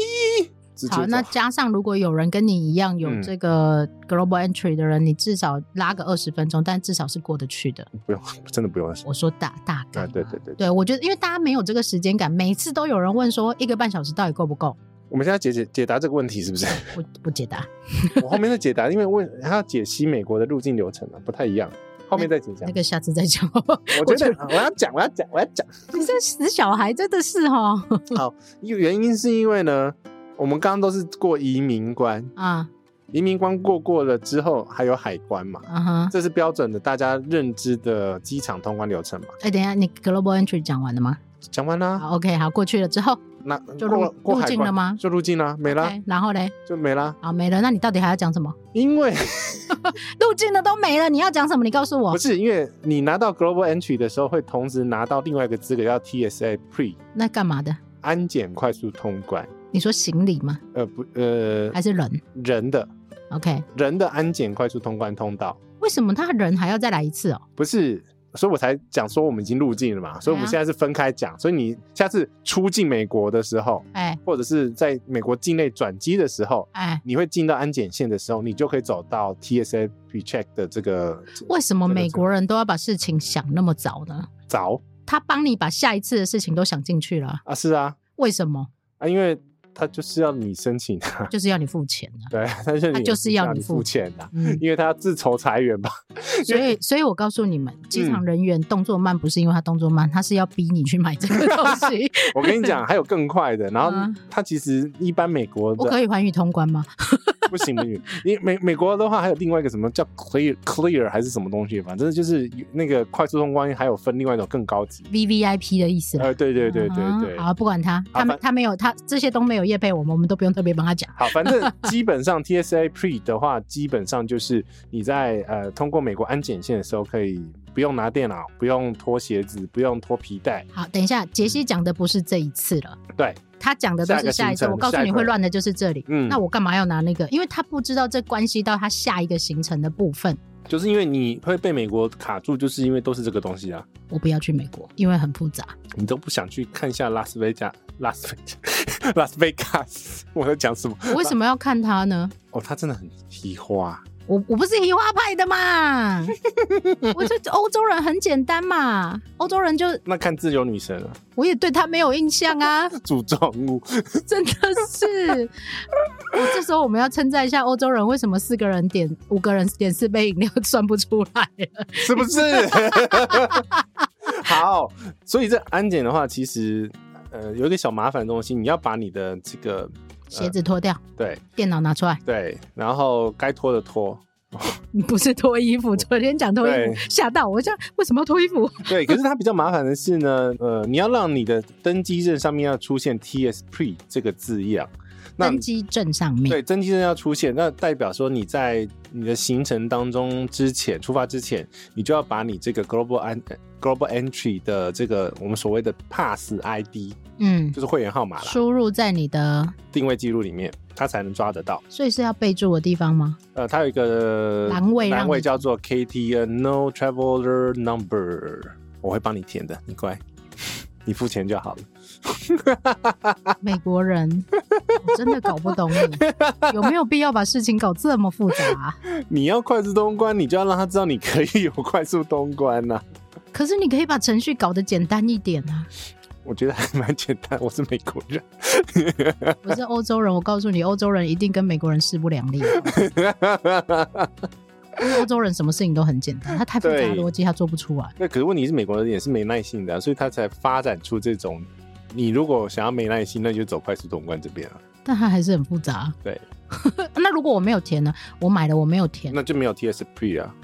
直接好，那走加上如果有人跟你一样有嗯这个 global entry 的人，你至少拉个二十分钟，但至少是过得去的。不用，真的不用。我说大大概、啊，对对。对，对，我觉得因为大家没有这个时间感，每次都有人问说一个半小时到底够不够，我们现在解解解答这个问题是不是？我不解答， 我后面的解答，因为问他要解析美国的入境流程啊，不太一样，后面再解讲那。个下次再讲。 我觉得我要讲，我要讲，我要讲。你这死小孩真的是哦，因为原因是因为呢，我们刚刚都是过移民关，啊，移民关过过了之后，还有海关嘛，嗯哼，这是标准的大家认知的机场通关流程嘛。哎，等一下，你 global entry 讲完了吗？讲完啦，好，OK，好，过去了之后那就过入了过入海境关了吗就入境啦，没啦， ，OK，然后嘞，就没啦。好没了，那你到底还要讲什么？因为路径的都没了，你要讲什么？你告诉 不我。是因为你拿到 Global Entry 的时候，会同时拿到另外一个资格叫 TSA Pre 那干嘛的？安检快速通关。你说行李吗？呃不呃还是人人的？OK，人的安检快速通关通道，为什么他人还要再来一次哦？不是，所以我才讲说我们已经入境了嘛，所以我们对啊现在是分开讲，所以你下次出境美国的时候，哎或者是在美国境内转机的时候，哎，你会进到安检线的时候，你就可以走到 TSA pre-check 的这个为什么这个美国人都要把事情想那么早呢？凿他帮你把下一次的事情都想进去了，啊，是啊为什么？啊，因为他就是要你申请啊， 就是要你付钱啊。对，他就是他你就是要你付付钱啊，嗯， 因为他要自筹裁员吧， 所以，所以我告诉你们，嗯机场人员动作慢不是因为他动作慢，他是要逼你去买这个东 西。我跟你讲，还有更快的，然后嗯他其实一般美国我的可以寰宇通关吗？不行不行，你美美国的话还有另外一个什么叫 clear clear 还是什么东西，反正就是那个快速通关还有分另外一种更高级。 V V I P 的意思啦。呃，对对对对对，嗯好，不管他，他们反他没有他这些都没有业配我们，我们都不用特别帮他讲。好，反正基本上 TSA pre 的话，基本上就是你在呃通过美国安检线的时候，可以不用拿电脑，不用脱鞋子，不用脱皮带，好，等一下，杰西讲的不是这一次了，对，他讲的都是下一次。下一个行程我告诉下一你个会乱的就是这里。嗯那我干嘛要拿那个？因为他不知道这关系到他下一个行程的部分。就是因为你会被美国卡住，就是因为都是这个东西啊，我不要去美国，因为很复 杂。你都不想去看一下拉斯维加拉斯维加 拉斯维加斯，我在讲什么？我为什么要看他呢？哦，他真的很皮花、我我不是移花派的嘛， 我就欧洲人很简单嘛，欧洲人就那看自由女神啊了，我也对他没有印象 啊，诅咒物，真的是。我这时候我们要称赞一下欧洲人，为什么四个人点五个人点四杯饮料算不出来了？是不是？ 好，所以这安检的话，其实呃有一个小麻烦的东西，你要把你的这个鞋子脱掉，对电脑拿出来。对，然后该脱的脱， 不是脱衣 服，昨天讲脱衣服对吓到我，想为什么要脱衣服？对。可是它比较麻烦的是呢，呃，你要让你的登机证上面要出现 TS Pre 这个字样， 那登机证上面，对，登机证要出现，那代表说你在你的行程当中之前出发之前，你就要把你这个 global an 呃 global entry 的这个我们所谓的 pass ID，嗯，就是会员号码啦，输入在你的，定位记录里面，它才能抓得到。所以是要备注的地方 吗？呃，它有一个栏位让栏位你叫做 KTN No Traveler Number，我会帮你填的，你乖，你付钱就好了。美国人，我真的搞不 懂你，有没有必要把事情搞这么复杂啊、你要快速通关，你就要让他知道你可以有快速通关呐、可是你可以把程序搞得简单一点 啊！我觉得还蛮简单，我是美国人。我是欧洲人，我告诉你，欧洲人一定跟美国人势不两立。啊因为欧洲人什么事情都很简单，他太复杂的对逻辑他做不出来。那可是问题是，美国人也是没耐性的啊、所以他才发展出这种。你如果想要没耐心，那你就走快速通关这边啊，但它还是很复杂。对， 那如果我没有填呢？我买了我没有填，那就没有 T S Pre 啊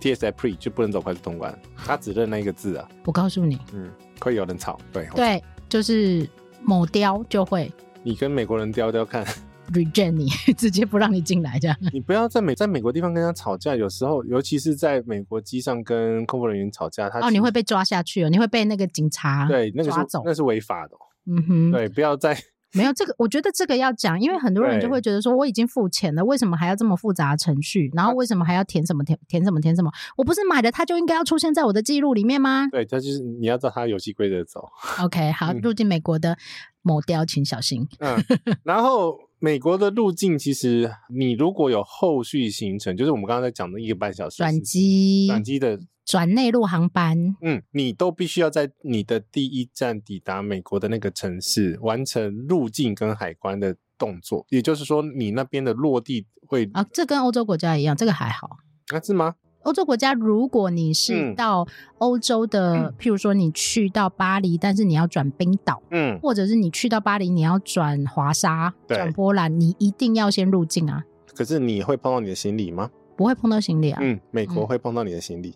，T S Pre 就不能走快速通关，他只认那一个字啊，我告诉你，嗯，会有人吵，对，对，就是某雕就会。你跟美国人雕雕看， reject 你， 直接不让你进来这样。你不要在美在美国地方跟人家吵架，有时候尤其是在美国机上跟空服人员吵架，他哦，其你会实被抓下去哦，你会被那个警察。，对那个抓是走那是违法的哦，嗯哼，对，不要在没有这个，我觉得这个要讲，因为很多人就对会觉得说，我已经付钱了，为什么还要这么复杂的程序？然后为什么还要填什么填填什么填什么？我不是买的，它就应该要出现在我的记录里面吗对，他就是你要照他游戏规则走。 ？OK，好，嗯入境美国的某雕，请小心。嗯，然后美国的路径其实你如果有后续行程，就是我们刚刚在讲的一个半小时转是机，转机的，转内陆航班，嗯，你都必须要在你的第一站抵达美国的那个城市，完成入境跟海关的动作。也就是说，你那边的落地会啊，这跟欧洲国家一样，这个还好。啊是吗？欧洲国家，如果你是嗯到欧洲的，譬如说你去到巴黎，但是你要转冰岛，嗯，或者是你去到巴黎，你要转华沙、对转波兰，你一定要先入境啊，可是你会碰到你的行李吗？不会碰到行李啊。嗯，美国嗯会碰到你的行李，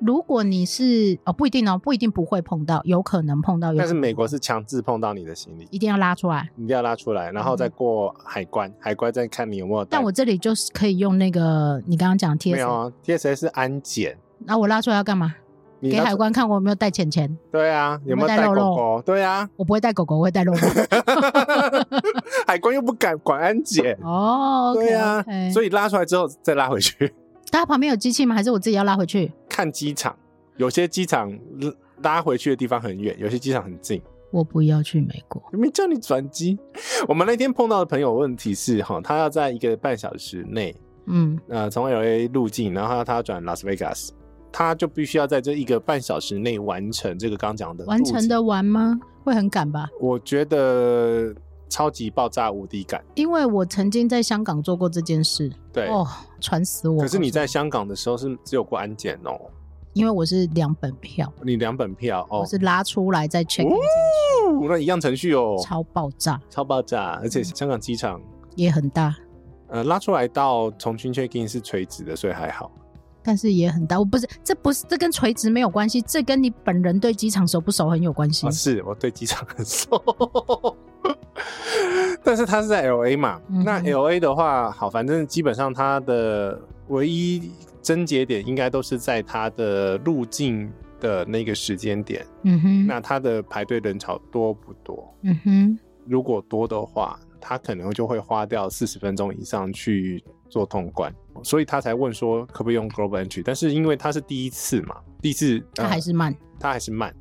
如果你是哦，不一定哦，不一定不会碰到，有可能碰到，有但可是能美不国会是强制碰到你的行李，一定要拉出来。你一定要拉出来，然后再过海关，海关再看你有没有带。嗯但我这里就是可以用那个你刚刚讲没有 TS，啊，TSA 是安检，那我拉出来要干嘛？你给那海关看我有没有带钱钱，对啊，有没有带带肉狗肉狗？对啊，我不会带狗狗，我会带肉 肉。海关又不敢管安检，哦，OK，OK，对啊 o k 所以拉出来之后再拉回去。它旁边有机器吗？还是我自己要拉回去？看机场，有些机场拉拉回去的地方很远，有些机场很近。我不要去美国。有没有叫你转机？我们那天碰到的朋友问题是哈，他要在一个半小时内，嗯，呃，从 LA 入境，然后他要转拉斯维加斯，他就必须要在这一个半小时内完成这个刚讲的完路成径的完吗？会很赶吧？我觉得超级爆炸无敌感。因为我曾经在香港做过这件事，对，哦，传死我！可是你告诉在香港的时候是只有过安检哦，你，因为我是两本票，你两本票哦我，是拉出来再 check in 进去，哦那一样程序哦，超嗯爆炸，超爆炸，而且香港机场也很大，呃拉出来到重新 check in 是垂直的，所以还好。但是也很大。我不是，这不是，这跟垂直没有关系，这跟你本人对机场熟不熟很有关系啊，。是我对机场很熟， 但是他是在 L A 嘛，嗯哼那 L A 的话，好，反正基本上它的唯一症结点应该都是在它的路径的那个时间点。嗯哼，那它的排队人潮多不多？嗯哼，如果多的话，他可能就会花掉四十分钟以上去做通关，所以他才问说可不可以用 Global Entry。但是因为他是第一次嘛，第一次它还是呃、慢，他还是慢，啊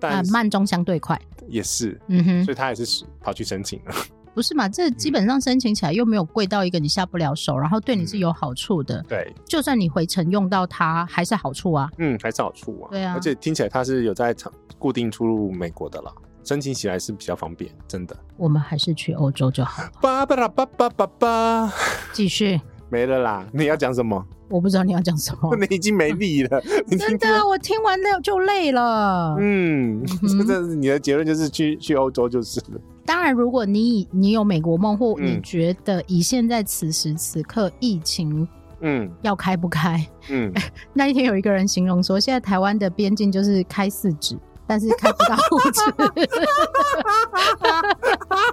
但，慢中相对快。也是，嗯哼所，以他还是跑去申请了。不是嘛？这基本上申请起来又没有贵到一个你下不了手，然后对你是嗯有好处的。对，就算你回程用到它，还是好处啊。 嗯，还是好处啊。对啊而且听起来他是有在场固定出入美国的啦。申请起来是比较方便，真的。我们还是去欧洲就好了。巴巴拉巴巴巴巴， 继续，没了啦！你要讲什么？。我不知道你要讲什么 你已经没力了，你已经真的啊，我听完了就累了。嗯， 嗯这这是你的结论就是去去欧洲就是了。当然，如果你你有美国梦，或嗯你觉得以现在此时此刻疫情嗯要开不开， 嗯，那一天有一个人形容说，现在台湾的边境就是开四指。但是开不到五指，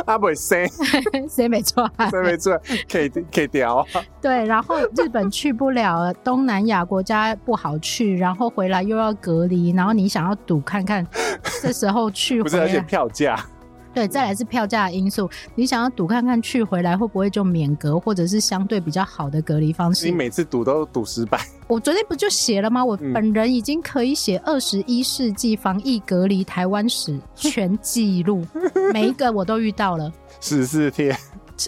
阿伟生 谁没错啊、这没错，可以可以 聊。对，然后日本去不了，东南亚国家不好去，然后回来又要隔离，然后你想要赌看看，这时候去 不是，回而且来，票价，对，再来是票价的因素，你想要赌看看去回来会不会就免隔，或者是相对比较好的隔离方你式。每次赌都赌失败。我昨天不就写了吗？我嗯本人已经可以写二十一世纪防疫隔离台湾史全记 录，每一个我都遇到了，十 四天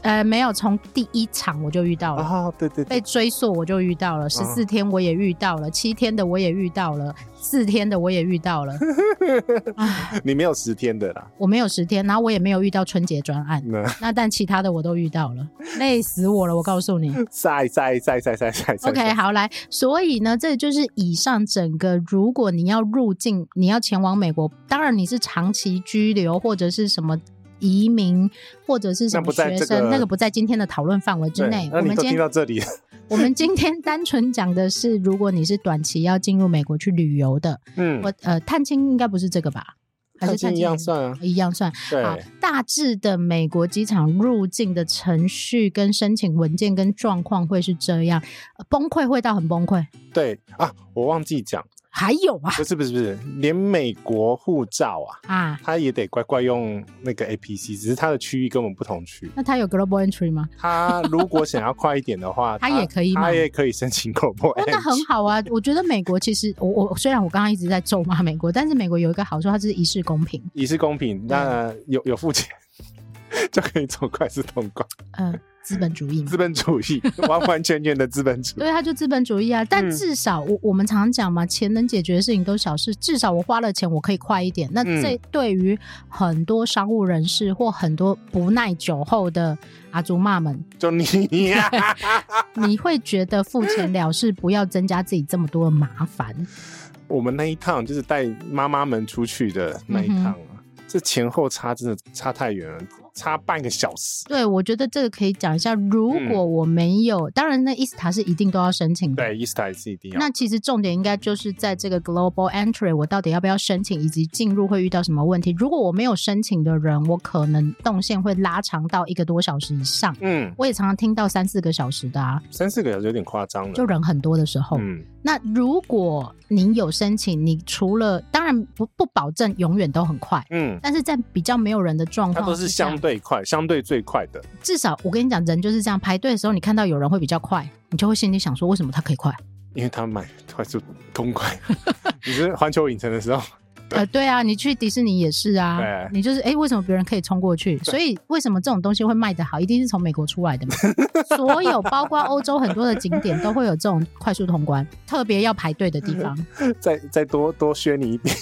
呃，没有从第一场我就遇到了。啊，对对被对，追溯我就遇到嗯了，十四天我也遇到了，七天的我也遇到了，四天的我也遇到 了。唉，你没有十天的啦。我没有十天，然后我也没有遇到春节专案，那那但其他的我都遇到了，累死我了，我告诉 你。晒晒晒晒晒晒晒 OK，好，来，所以呢，这就是以上整个，如果你要入境，你要前往美国，当然你是长期居留或者是什么。移民或者是什那么不在学这生，个那个不在今天的讨论范围之对内。那我你们都今听天到这里， 我们今天单纯讲的是，如果你是短期要进入美国去旅游的，嗯，我呃探亲应该不是这个吧？还是碳氢一样算啊？一样算。对，好，大致的美国机场入境的程序跟申请文件跟状况会是这样，呃崩溃会到很崩溃。对啊，我忘记讲，还有啊不是不是不是，连美国护照啊，啊，它也得乖乖用那个 APC，只是它的区域跟我们不同区。那他有 global entry 吗？它如果想要快一点的 话，它也可以吗啊它也可以申请 Global 哦 Entry。那很好啊，我觉得美国其实我我虽然我刚刚一直在咒骂美国，但是美国有一个好处，它就是一视公平。以示公平，那嗯有有付钱就可以走快速通关。呃，资本主义嘛资，本主义，完完全全的资本主义。对，它就资本主义啊。但嗯至少我我们常常讲嘛，钱能解决的事情都是小事，至少我花了钱，我可以快一点。那嗯这对于很多商务人士或很多不耐久后的阿祖骂们，就你呀、 你会觉得付钱了事，不要增加自己这么多的麻烦。我们那一趟就是带妈妈们出去的那一嗯趟啊，这前后差真的差太远了，差半个小时。对，我觉得这个可以讲一下。如果我没有，当然那伊斯塔是一定都要申请的。嗯对，伊斯塔是一定要。那其实重点应该就是在这个 global entry，我到底要不要申请，以及进入会遇到什么问题。如果我没有申请的人，我可能动线会拉长到一个多小时以上。嗯，我也常常听到三四个小时的啊，三四个小时有点夸张了。就人很多的时候。嗯，那如果您有申请，你除了当然不不保证永远都很快，嗯，但是在比较没有人的状它况，都是相，对快，相对最快的。至少我跟你讲，人就是这样，排队的时候你看到有人会比较快，你就会心里想说，为什么他可以快？因为他买快速通关， 你是环球影城的时候，呃，对啊，你去迪士尼也是啊对，你就是哎，诶为什么别人可以冲过去？所以为什么这种东西会卖得好，一定是从美国出来的 嘛？所有包括欧洲很多的景点都会有这种快速通关，特别要排队的地嗯方。再再多多削你一点。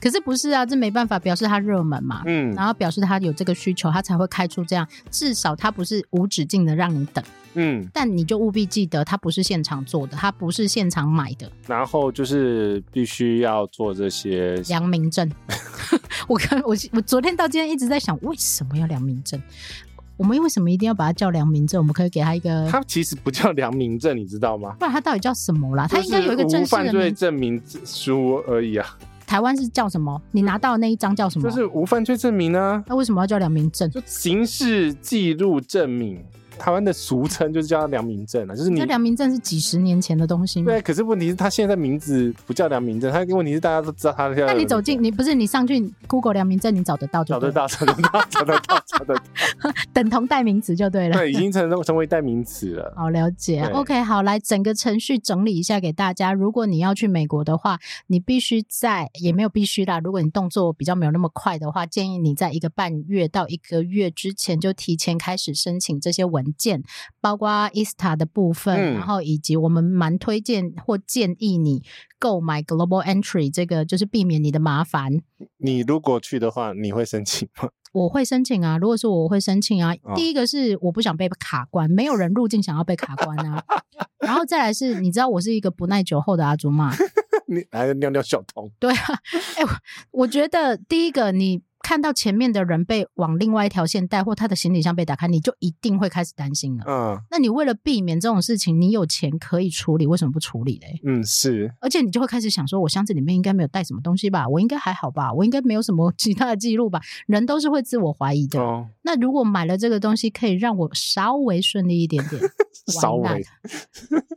可是不是啊，这没办法，表示它热门嘛。嗯然后表示它有这个需求，它才会开出这样。至少它不是无止境的让你等，嗯，但你就务必记得，它不是现场做的，它不是现场买的。然后就是必须要做这些。良民证。 我看我我昨天到今天一直在想，为什么要良民证？我们为什么一定要把它叫良民证？我们可以给他一个，它其实不叫良民证，你知道吗？不然它到底叫什么啦？它应该有一个就是正无式犯的罪名字。证明书而已啊，台湾是叫什么？你拿到的那一张叫什么嗯就？是无犯罪证明呢、那为什么要叫良民证？就刑事记录证明，台湾的俗称就是叫良民证啊，就是你这良民证是几十年前的东西吗？对。可啊是问题是，他现在名字不叫良民证，他问题是大家都知道他叫良民证。那你走进你不是你上去 Google 良民证，你找得到就找对得了，到，找得到，找得到，找得到，等同代名词就对了。对，已经成成为代名词了。好了解对，OK，好，来整个程序整理一下给大家。如果你要去美国的话，你必须在也没有必须啦。如果你动作比较没有那么快的话，建议你在一个半月到一个月之前就提前开始申请这些文件，包括 ISTA 的部分，嗯然后以及我们蛮推荐或建议你购买 Global Entry 这个，就是避免你的麻烦。你如果去的话，你会申请吗？ 我会申请啊，如果是我我会申请啊。哦第一个是我不想被卡关，没有人入境想要被卡关啊。然后再来是，你知道我是一个不耐久后的阿祖嘛？你来尿尿小童， 对啊，哎、我我觉得第一个你。看到前面的人被往另外一条线带，或他的行李箱被打开，你就一定会开始担心了。嗯 那你为了避免这种事情，你有钱可以处理，为什么不处理嘞？嗯，是而且你就会开始想说，我箱子里面应该没有带什么东西吧？我应该还好吧？我应该没有什么 其他的记录吧？人都是会自我怀疑的。哦，。那如果买了这个东西，可以让我稍微顺利一点点稍完微蛋，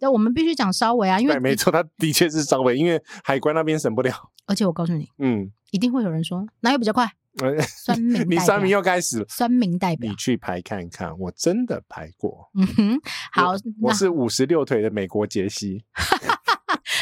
对，我们必须讲稍微 啊，因为对，没错，他的确是稍微，因为海关那边审不了，而且我告诉你，嗯，一定会有人说哪有比较快？呃 酸民你代三名表，又开始了，酸民代表你。去排看看，我真的排过，嗯哼，好，我那是五十六腿的美国杰西，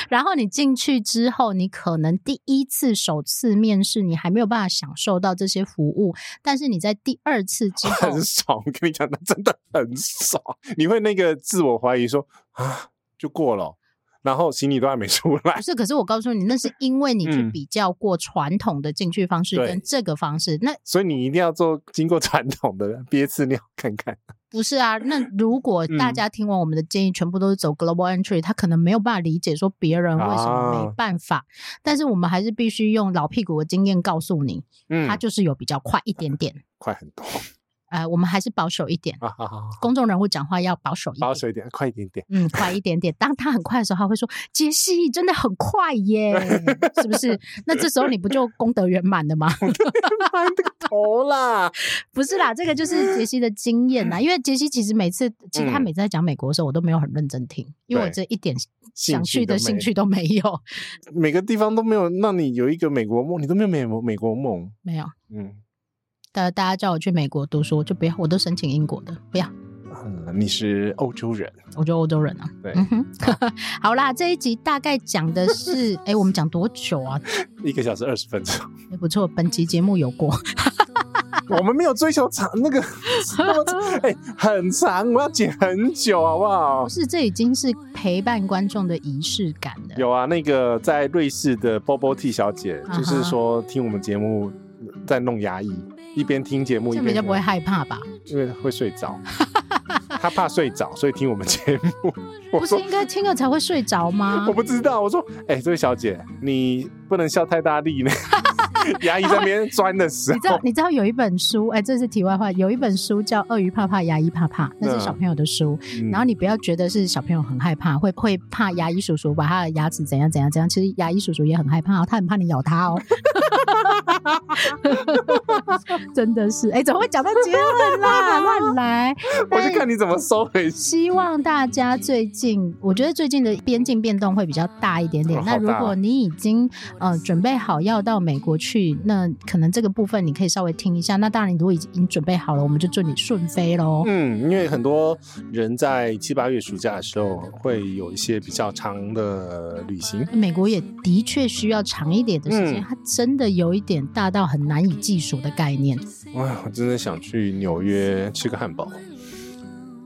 然后你进去之后，你可能第一次首次面试，你还没有办法享受到这些服务，但是你在第二次之后， 很爽，我跟你讲，他真的很爽，你会那个自我怀疑说啊，就过了哦，然后行李都还没出来不，是，可是我告诉你，那是因为你去嗯比较过传统的进去方式对跟这个方式，那所以你一定要做经过传统的憋次尿看看。不是啊， 那如果大嗯家听完我们的建议，全部都是走 global entry，他可能没有办法理解说别人为什么啊没办法，但是我们还是必须用老屁股的经验告诉你，嗯他就是有比较快一点点。快很多，呃，我们还是保守一点，啊，好好好，公众人物讲话要保守一点保。守一点，快一点 点。嗯，快一点点。当他很快的时候，他会说：“杰西真的很快 耶，是不是？”那这时候你不就功德圆满了吗？翻个头啦！不是啦，这个就是杰西的经验啦。因为杰西其实每次，其实他嗯每次在讲美国的时候，我都没有很认真听，因为我这对一点想趣去的都兴没趣都没有，每个地方都没有让你有一个美国梦，你都没有美国美国梦。没有。嗯，大大家叫我去美国读书，我就不要，我都申请英国的，不要，呃你是欧洲人，我就欧洲人啊。对，嗯哼， 好啦，这一集大概讲的是，哎、我们讲多久啊？一个小时二十分钟。也不错，本集节目有过。 我们没有追求长那个那么长，哎、很长，我要剪很久，好不好不？是，这已经是陪伴观众的仪式感了。有啊，那个在瑞士的 Bobo T 小姐，啊哈就是说听我们节目呃在弄牙医，一边听节目一这边比较不会害怕吧？因为会睡着，她怕睡着，所以听我们节目。我不是说应该听了才会睡着吗我？不知道，我说，哎、这位小姐，你不能笑太大 力呢。牙医在那边钻的时你知道候，，你知道有一本书，哎、这是题外话，有一本书叫《鳄鱼怕怕，牙医怕怕》，那是嗯小朋友的书。嗯然后你不要觉得是小朋友很害怕，会会怕牙医叔叔把他的牙齿怎样怎样怎样。其实牙医叔叔也很害怕哦，他很怕你咬他哦。 真的是，哎、怎么会讲到结论啦？乱来！我就看你怎么收回去。希望大家最近，我觉得最近的边境变动会比较大一点点。哦那好如大果你已经呃准备好要到美国去，那可能这个部分你可以稍微听一下。那当然，你如果已经准备好了，我们就祝你顺飞喽。嗯，因为很多人在七八月暑假的时候会有一些比较长的旅行。美国也的确需要长一点的时间，嗯它真的有一点大到很难以计数的概念。哇，我真的想去纽约吃个汉堡，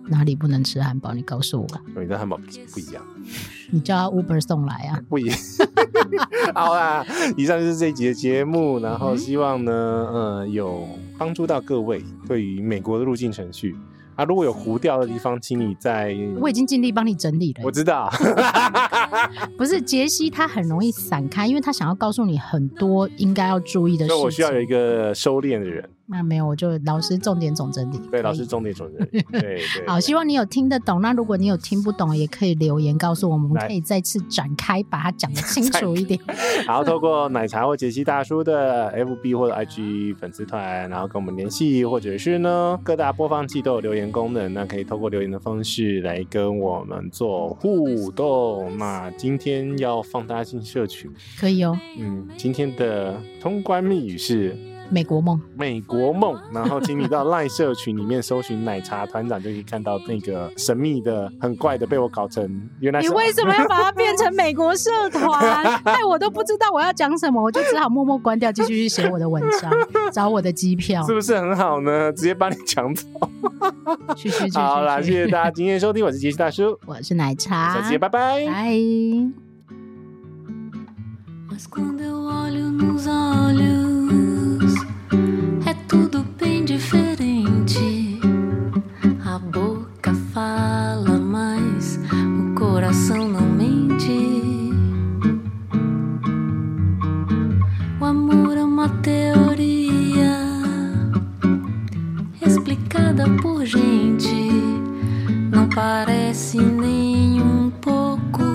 哪里不能吃汉堡？你告诉我，纽约的汉堡不一样，你叫他 Uber 送来啊！不一样。 好啦，以上就是这一集的节目，然后希望呢，呃，有帮助到各位对于美国的入境程序啊，如果有糊掉的地方，请你在。我已经尽力帮你整理了我。知道，不是杰西，他很容易散开，因为他想要告诉你很多应该要注意的事所以情。我需要有一个收敛的人，那没有，我就老师重点总整理。可对，以老师。重 点准人，对对。好，对希望你有听得懂。那如果你有听不懂，也可以留言告诉我们，我们来可以再次展开，把它讲得清楚一点。然后透过奶茶或杰西大叔的 FB 或者 IG 粉丝团，然后跟我们联系，或者是呢各大播放器都有留言功能，那可以透过留言的方式来跟我们做互动。那今天要放大镜社群，可以哦，嗯，今天的通关密语是美国梦。美国梦，然后请你到赖社群里面搜寻奶茶团长，就可以看到那个神秘的、很怪的，被我搞成原来你是为什么要把它变成美国社 团？哎，我都不知道我要讲什么，我就只好默默关掉，继续去写我的文章，找我的机票是。不是很好呢？直接把你抢走。去去去去好啦，谢去！谢大家今天的收听，我是杰西大叔，我是奶下茶次，见，拜拜。拜。 Mas quando eu olho nos olhos, é tudo bem diferente. A boca fala, mas o coração não mente. O amor é uma teoria explicada por gente. Não parece nem um pouco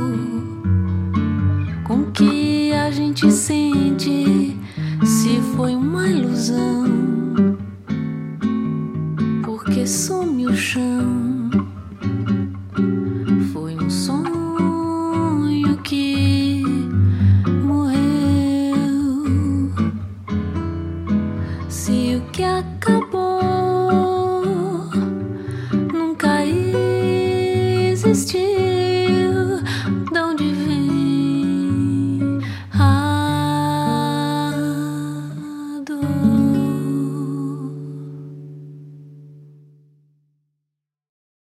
com o que a gente sente se foi uma ilusão porque some o chão foi um sonho que morreu se o que acabou Ah,